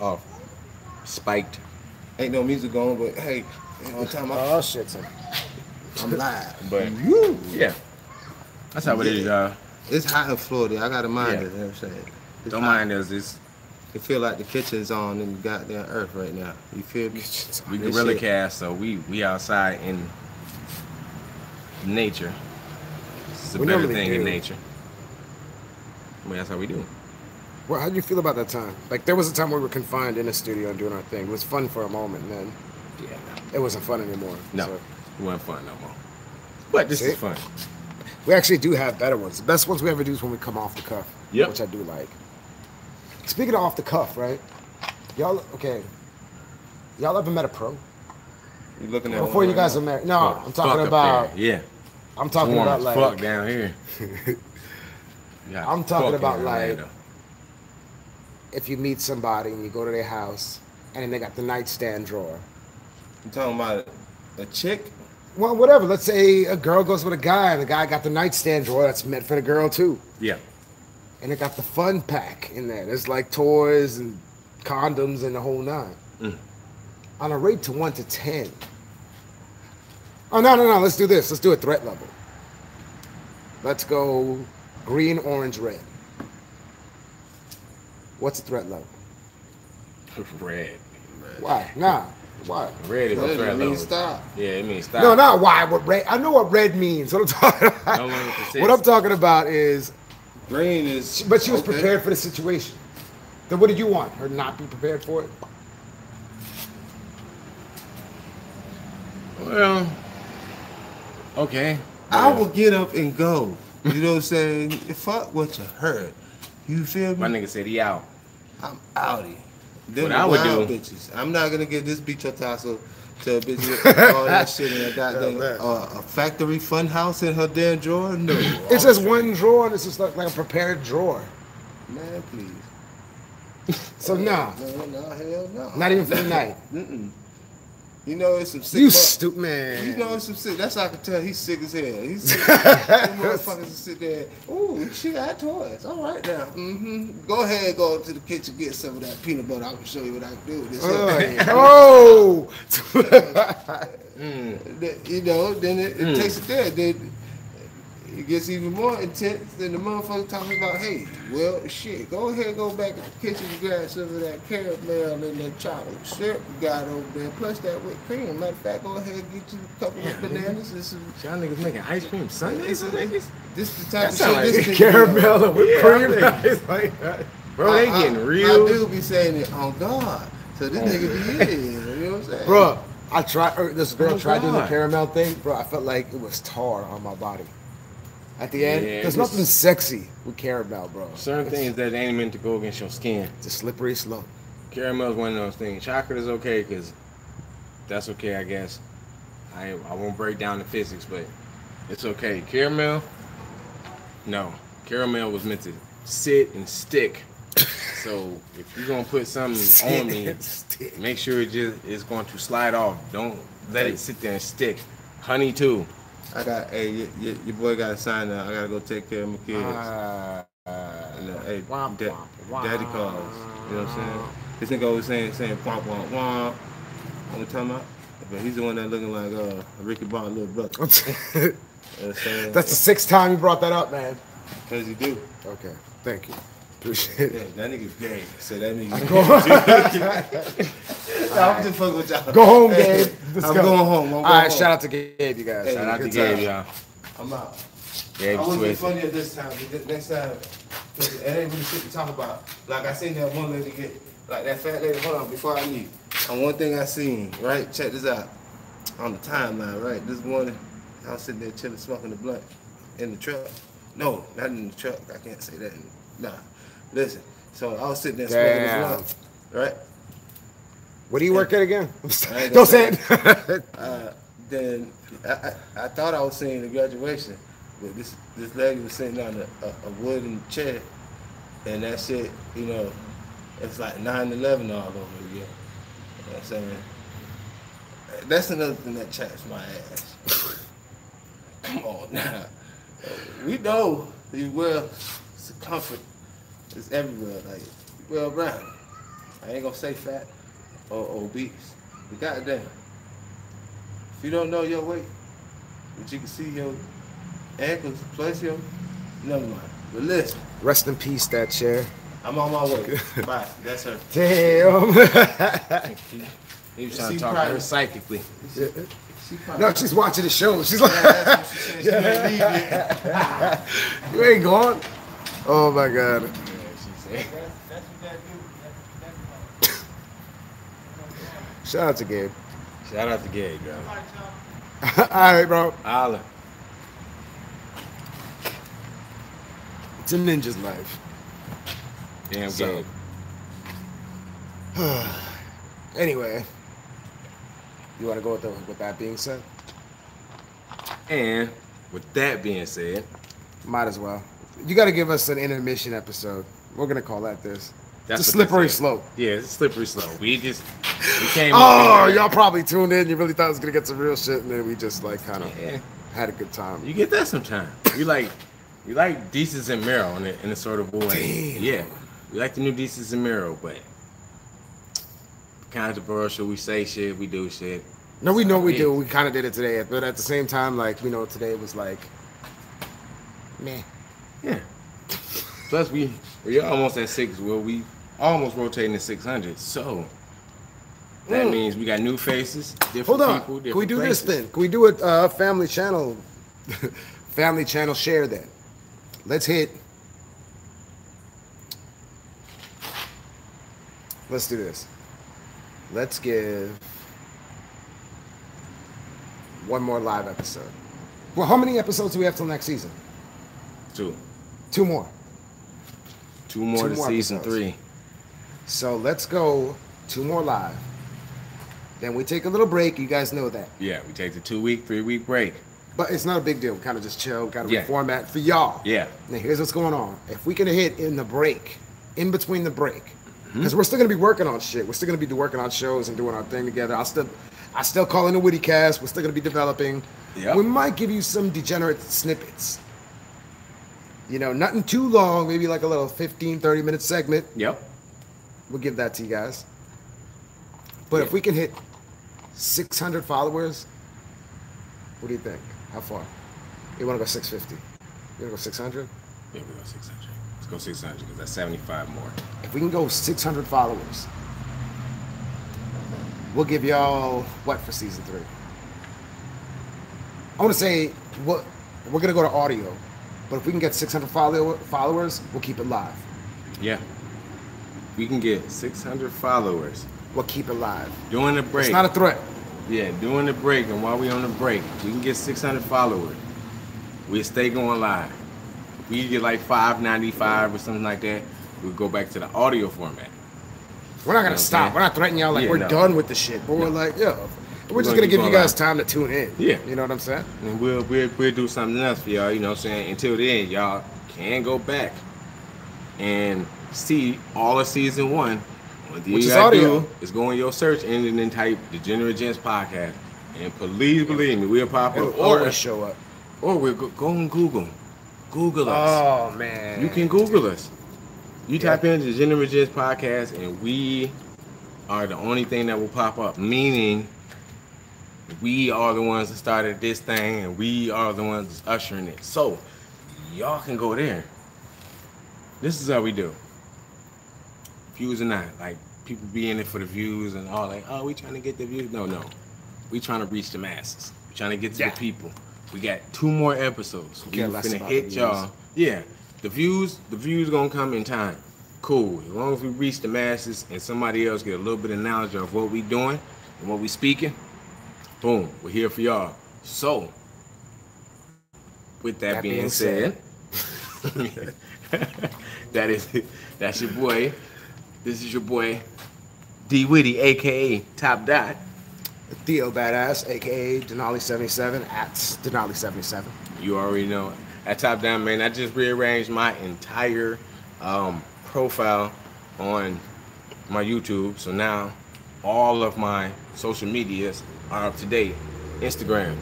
Speaker 2: all spiked.
Speaker 3: ain't no music on, but hey, you know what I'm talking about?
Speaker 1: Oh, shit, son.
Speaker 3: I'm live.
Speaker 2: But
Speaker 3: Woo!
Speaker 2: yeah. That's how it is, y'all.
Speaker 3: It's hot in Florida. I got a mind
Speaker 2: Yeah.
Speaker 3: it, you know what I'm saying? It's
Speaker 2: Don't
Speaker 3: hot.
Speaker 2: mind us. It's
Speaker 3: It feel like the kitchen's on in the goddamn earth right now. You feel me?
Speaker 2: we
Speaker 3: This
Speaker 2: gorilla
Speaker 3: shit-
Speaker 2: cast, so we we outside in nature. It's a
Speaker 1: We
Speaker 2: better
Speaker 1: normally
Speaker 2: thing in
Speaker 1: do.
Speaker 2: nature. Well, that's how we do. it.
Speaker 1: Well, how do you feel about that time? Like, there was a time we were confined in a studio and doing our thing. It was fun for a moment, and then
Speaker 2: Yeah.
Speaker 1: it wasn't fun anymore.
Speaker 2: No,
Speaker 1: So
Speaker 2: it wasn't fun no more. But this is
Speaker 1: See?
Speaker 2: fun.
Speaker 1: we actually do have better ones. The best ones we ever do is when we come off the cuff,
Speaker 2: Yep.
Speaker 1: which I do like. Speaking of off the cuff, right? Y'all, okay. Y'all ever met a pro?
Speaker 3: You looking at
Speaker 1: Before
Speaker 3: one
Speaker 1: you
Speaker 3: right
Speaker 1: guys
Speaker 3: now.
Speaker 1: are married? No,
Speaker 2: Fuck
Speaker 1: Oh, I'm
Speaker 2: up
Speaker 1: talking
Speaker 2: there.
Speaker 1: about.
Speaker 2: yeah.
Speaker 1: I'm talking
Speaker 2: Warm
Speaker 1: about
Speaker 2: as
Speaker 1: like.
Speaker 2: fuck down here. Yeah,
Speaker 1: I'm talking
Speaker 2: fuck
Speaker 1: about
Speaker 2: in
Speaker 1: like-
Speaker 2: Orlando.
Speaker 1: if you meet somebody and you go to their house and then they got the nightstand drawer.
Speaker 3: You talking about a chick?
Speaker 1: Well, whatever. Let's say a girl goes with a guy and the guy got the nightstand drawer that's meant for the girl too.
Speaker 2: yeah.
Speaker 1: And it got the fun pack in there. There's like toys and condoms and the whole nine.
Speaker 2: Mm.
Speaker 1: On a rate to one to ten. Oh no no no! Let's do this. Let's do a threat level. Let's go green, orange, red. What's the threat level?
Speaker 2: Red.
Speaker 1: Why? Nah. Why?
Speaker 2: Red is a
Speaker 3: Red,
Speaker 2: threat
Speaker 3: it means
Speaker 2: level.
Speaker 3: stop.
Speaker 2: Yeah, it means stop.
Speaker 1: No, not why. What red? I know what red means. What I'm talking about.
Speaker 2: No one persists.
Speaker 1: what I'm talking about is,
Speaker 3: Green is.
Speaker 1: but she was
Speaker 3: okay.
Speaker 1: prepared for the situation. Then what did you want? Her not be prepared for it?
Speaker 2: Well, okay.
Speaker 3: I will get up and go. You know what I'm saying? Fuck what you heard. You feel
Speaker 2: My
Speaker 3: me?
Speaker 2: nigga said he out.
Speaker 3: I'm out here. Them
Speaker 2: What I would
Speaker 3: wild
Speaker 2: do-
Speaker 3: Bitches. I'm not gonna give this beach tassel to a bitch with all that shit in a goddamn
Speaker 1: man.
Speaker 3: uh, a factory fun house in her damn drawer. No,
Speaker 1: It's just one drawer, and it's just like, like a prepared drawer.
Speaker 3: man, please.
Speaker 1: So no,
Speaker 3: No, no, hell no.
Speaker 1: not even for the night.
Speaker 3: Mm-mm. You know it's some sick.
Speaker 1: You
Speaker 3: fuck-
Speaker 1: stupid man.
Speaker 3: You know it's some sick. That's how I can tell he's sick as hell. He's sick. Them motherfuckers sit there. Ooh, she got toys. All right now. Mm-hmm. Go ahead, go to the kitchen get some of that peanut butter. I can show you what I can do with this.
Speaker 1: Oh, yeah. oh.
Speaker 2: Mm.
Speaker 3: That- you know, then it, it
Speaker 2: Mm.
Speaker 3: takes it there. Then it gets even more intense than the motherfucker talking about, hey, well, shit, go ahead and go back to the kitchen and grab some of that caramel and that chocolate syrup you got over there, plus that whipped cream. Matter of fact, go ahead and get you a couple of bananas and some.
Speaker 2: Y'all niggas making ice cream sundaes and niggas?
Speaker 3: This the type
Speaker 2: That sound
Speaker 3: of shit.
Speaker 2: like
Speaker 3: this nigga do.
Speaker 1: caramel and whipped
Speaker 2: Yeah,
Speaker 1: cream.
Speaker 2: I
Speaker 1: It's like that.
Speaker 2: Bro, they
Speaker 3: I- I-
Speaker 2: getting real. Oh,
Speaker 3: I do be saying it on God. So this nigga be in. You know what I'm saying?
Speaker 1: Bro, I tried. er, This girl
Speaker 2: Oh,
Speaker 1: tried doing the
Speaker 2: God.
Speaker 1: caramel thing, bro. I felt like it was tar on my body. At the end,
Speaker 2: Yeah, it
Speaker 1: there's
Speaker 2: was-
Speaker 1: nothing sexy with caramel, bro.
Speaker 2: Certain things that ain't meant to go against your skin.
Speaker 1: It's a slippery slope.
Speaker 2: Caramel's one of those things. Chocolate is okay because that's okay, I guess. I I won't break down the physics, but it's okay. Caramel, no. Caramel was meant to sit and stick. so if you're gonna put something on me,
Speaker 1: Stick.
Speaker 2: make sure it just is going to slide off. Don't let it sit there and stick. Honey too.
Speaker 3: I got, hey, your, your, your boy got a sign now. I gotta go take care of my kids.
Speaker 1: Uh,
Speaker 3: You know, hey,
Speaker 1: Womp,
Speaker 3: da-
Speaker 1: womp, womp.
Speaker 3: daddy calls. You know what I'm saying? This nigga always saying saying womp womp womp. You know what I'm talking about? But he's the one that looking like uh Ricky Bond little brother. You know what I'm saying?
Speaker 1: that's the sixth time you brought that up, man.
Speaker 3: cause you do.
Speaker 1: Okay, thank you. Appreciate
Speaker 3: Yeah,
Speaker 1: it.
Speaker 3: that nigga's gay. So that means
Speaker 1: Go,
Speaker 3: I'm just fucking with y'all.
Speaker 1: go home,
Speaker 3: Hey,
Speaker 1: Gabe. Let's
Speaker 3: I'm
Speaker 1: go.
Speaker 3: going home. I'm
Speaker 1: All
Speaker 3: going
Speaker 1: right,
Speaker 3: home.
Speaker 1: shout out to Gabe, you guys.
Speaker 3: Hey,
Speaker 2: Shout out to
Speaker 3: good
Speaker 2: Gabe,
Speaker 3: time.
Speaker 2: y'all.
Speaker 3: I'm out.
Speaker 2: Gabe
Speaker 3: I wouldn't be
Speaker 2: Swiss.
Speaker 3: funny at this time, but th- next time, 'cause it ain't really shit to talk about. Like I seen that one lady get, like that fat lady. Hold on, before I leave, on one thing I seen, right? Check this out. On the timeline, right? This morning, I was sitting there chilling, smoking the blunt in the truck. No, not in the truck. I can't say that. Nah, listen. So I was sitting there
Speaker 1: Damn.
Speaker 3: smoking this blunt, right?
Speaker 1: What do you work at again? Don't
Speaker 3: ain't gonna
Speaker 1: say
Speaker 3: say
Speaker 1: it.
Speaker 3: Uh, then I, I, I thought I was seeing the graduation, but this this lady was sitting on a, a, a wooden chair, and that shit, you know, it's like 9-11 all over again. You know what I'm saying? That's another thing that chaps my ass. Come on now. We know the world circumference is everywhere, like well around. I ain't gonna say fat or obese. But goddamn. If you don't know your weight, but you can see your ankles plus your never mind. But listen,
Speaker 1: Rest in peace, that chair.
Speaker 3: I'm on my way. Bye. That's her.
Speaker 1: Damn.
Speaker 2: He was trying
Speaker 3: See,
Speaker 2: to talk to her
Speaker 3: private.
Speaker 2: psychically.
Speaker 3: She probably
Speaker 1: no, she's watching the show. She's like,
Speaker 3: that's what she said. She ain't leave yet.
Speaker 1: you ain't gone. Oh my god.
Speaker 2: Yeah, she said.
Speaker 1: Shout out to Gabe.
Speaker 2: Shout out to Gabe, y'all.
Speaker 1: All right, bro.
Speaker 2: Holla.
Speaker 1: It's a ninja's life.
Speaker 2: Damn
Speaker 1: So-
Speaker 2: Gabe.
Speaker 1: Anyway, you want to go with, the, with that being said?
Speaker 2: And with that being said,
Speaker 1: Might as well. You got to give us an intermission episode. We're gonna call that this.
Speaker 2: That's
Speaker 1: it's a
Speaker 2: what they
Speaker 1: slippery
Speaker 2: said.
Speaker 1: slope.
Speaker 2: yeah, it's a slippery slope. We just we came.
Speaker 1: Oh,
Speaker 2: up with-
Speaker 1: y'all probably tuned in. You really thought it was gonna get some real shit, and then we just like kind of
Speaker 2: Yeah,
Speaker 1: had a good time.
Speaker 2: you get that sometimes. We like we like Desus and Mero in a, in a sort of way.
Speaker 1: Damn.
Speaker 2: Yeah, we like the new Desus and Mero, but controversial. We say shit, we do shit.
Speaker 1: No, we know we
Speaker 2: Yeah.
Speaker 1: do. We kind of did it today, but at the same time, like we know today was like Meh.
Speaker 2: Yeah. Plus we we almost at six. Well, we almost rotating to six hundred. So that means we got new faces,
Speaker 1: Mm.
Speaker 2: different
Speaker 1: Hold on.
Speaker 2: people. Different
Speaker 1: Can we do this
Speaker 2: places.
Speaker 1: then? Can we do a uh, family channel? family channel share then. Let's hit. Let's do this. Let's give one more live episode. Well, how many episodes do we have till next season?
Speaker 2: Two,
Speaker 1: Two more.
Speaker 2: two more
Speaker 1: Two
Speaker 2: to
Speaker 1: more
Speaker 2: season
Speaker 1: episodes.
Speaker 2: three.
Speaker 1: So let's go two more live. Then we take a little break. You guys know that.
Speaker 2: Yeah, we take the two week, three week break.
Speaker 1: But it's not a big deal. We kind of just chill, kind of
Speaker 2: Yeah.
Speaker 1: reformat for y'all.
Speaker 2: Yeah.
Speaker 1: Now here's what's going on. If we can hit in the break, in between the break,
Speaker 2: Mm-hmm.
Speaker 1: because we're still gonna be working on shit. We're still gonna be working on shows and doing our thing together. I still, I still call in the Woody Cast. We're still gonna be developing.
Speaker 2: Yep.
Speaker 1: We might give you some degenerate snippets. You know, nothing too long. Maybe like a little 15, 30 minute segment.
Speaker 2: Yep.
Speaker 1: We'll give that to you guys. But if
Speaker 2: Yeah.
Speaker 1: we can hit 600 followers, what do you think? How far? You want to go 650? You want to go 600?
Speaker 2: Yeah, we go six hundred. Let's go six hundred because that's seventy five more.
Speaker 1: If we can go 600 followers, we'll give y'all what for season three? I want to say what we're gonna go to audio, but if we can get 600 follow- followers, we'll keep it live.
Speaker 2: Yeah. We can get six hundred followers
Speaker 1: We'll keep it live.
Speaker 2: during the break.
Speaker 1: It's not a threat.
Speaker 2: Yeah, during the break and while we on the break, we can get 600 followers. We stay going live. We get like 595 or something like that. We go back to the audio format.
Speaker 1: We're not gonna
Speaker 2: Okay.
Speaker 1: stop. We're not threatening y'all like
Speaker 2: Yeah,
Speaker 1: we're
Speaker 2: no.
Speaker 1: done with the shit. But we're like, yo, we're,
Speaker 2: We're
Speaker 1: just
Speaker 2: gonna
Speaker 1: gonna
Speaker 2: keep
Speaker 1: give you
Speaker 2: on
Speaker 1: guys
Speaker 2: live.
Speaker 1: time to tune in.
Speaker 2: Yeah.
Speaker 1: you know what I'm saying.
Speaker 2: And we'll, we'll, we'll do something else for y'all, you know what I'm saying? Until then, y'all can go back and see all of season one. What you
Speaker 1: Which is
Speaker 2: gotta
Speaker 1: audio.
Speaker 2: do is go in your search engine and type Degenerate Gents Podcast. And please believe me, we'll pop
Speaker 1: It'll
Speaker 2: up.
Speaker 1: always
Speaker 2: Or,
Speaker 1: show up.
Speaker 2: or we'll go, go on Google. Google us.
Speaker 1: Oh man,
Speaker 2: You can Google us. You
Speaker 1: Yeah.
Speaker 2: type in the Gender Gist podcast, and we are the only thing that will pop up. Meaning, we are the ones that started this thing, and we are the ones that's ushering it. So, y'all can go there. This is how we do. Views or not, like people be in it for the views and all. Like, oh, we trying to get the views. No, no, we trying to reach the masses. We trying to get to
Speaker 1: Yeah.
Speaker 2: the people. We got two more episodes. We
Speaker 1: care less
Speaker 2: finna
Speaker 1: about the
Speaker 2: hit
Speaker 1: views.
Speaker 2: y'all. Yeah, the views, the views gonna come in time. Cool. As long as we reach the masses and somebody else get a little bit of knowledge of what we doing and what we speaking, boom, we're here for y'all. So, with that,
Speaker 1: That
Speaker 2: being,
Speaker 1: being
Speaker 2: said, that is that's your boy. This is your boy, D Witty, aka Top Dot.
Speaker 1: Theo Badass, aka Denali77 at Denali77.
Speaker 2: You already know. At Top Down, man, I just rearranged my entire um, profile on my YouTube. So now all of my social medias are up to date Instagram,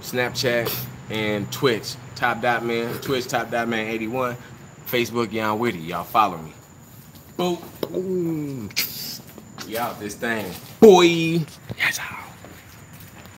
Speaker 2: Snapchat, and Twitch. Top Dot Man, Twitch, Top Dot Man 81, Facebook, Yon Witty. Y'all follow me. Boop. We out this thing. Boy. Yes, sir.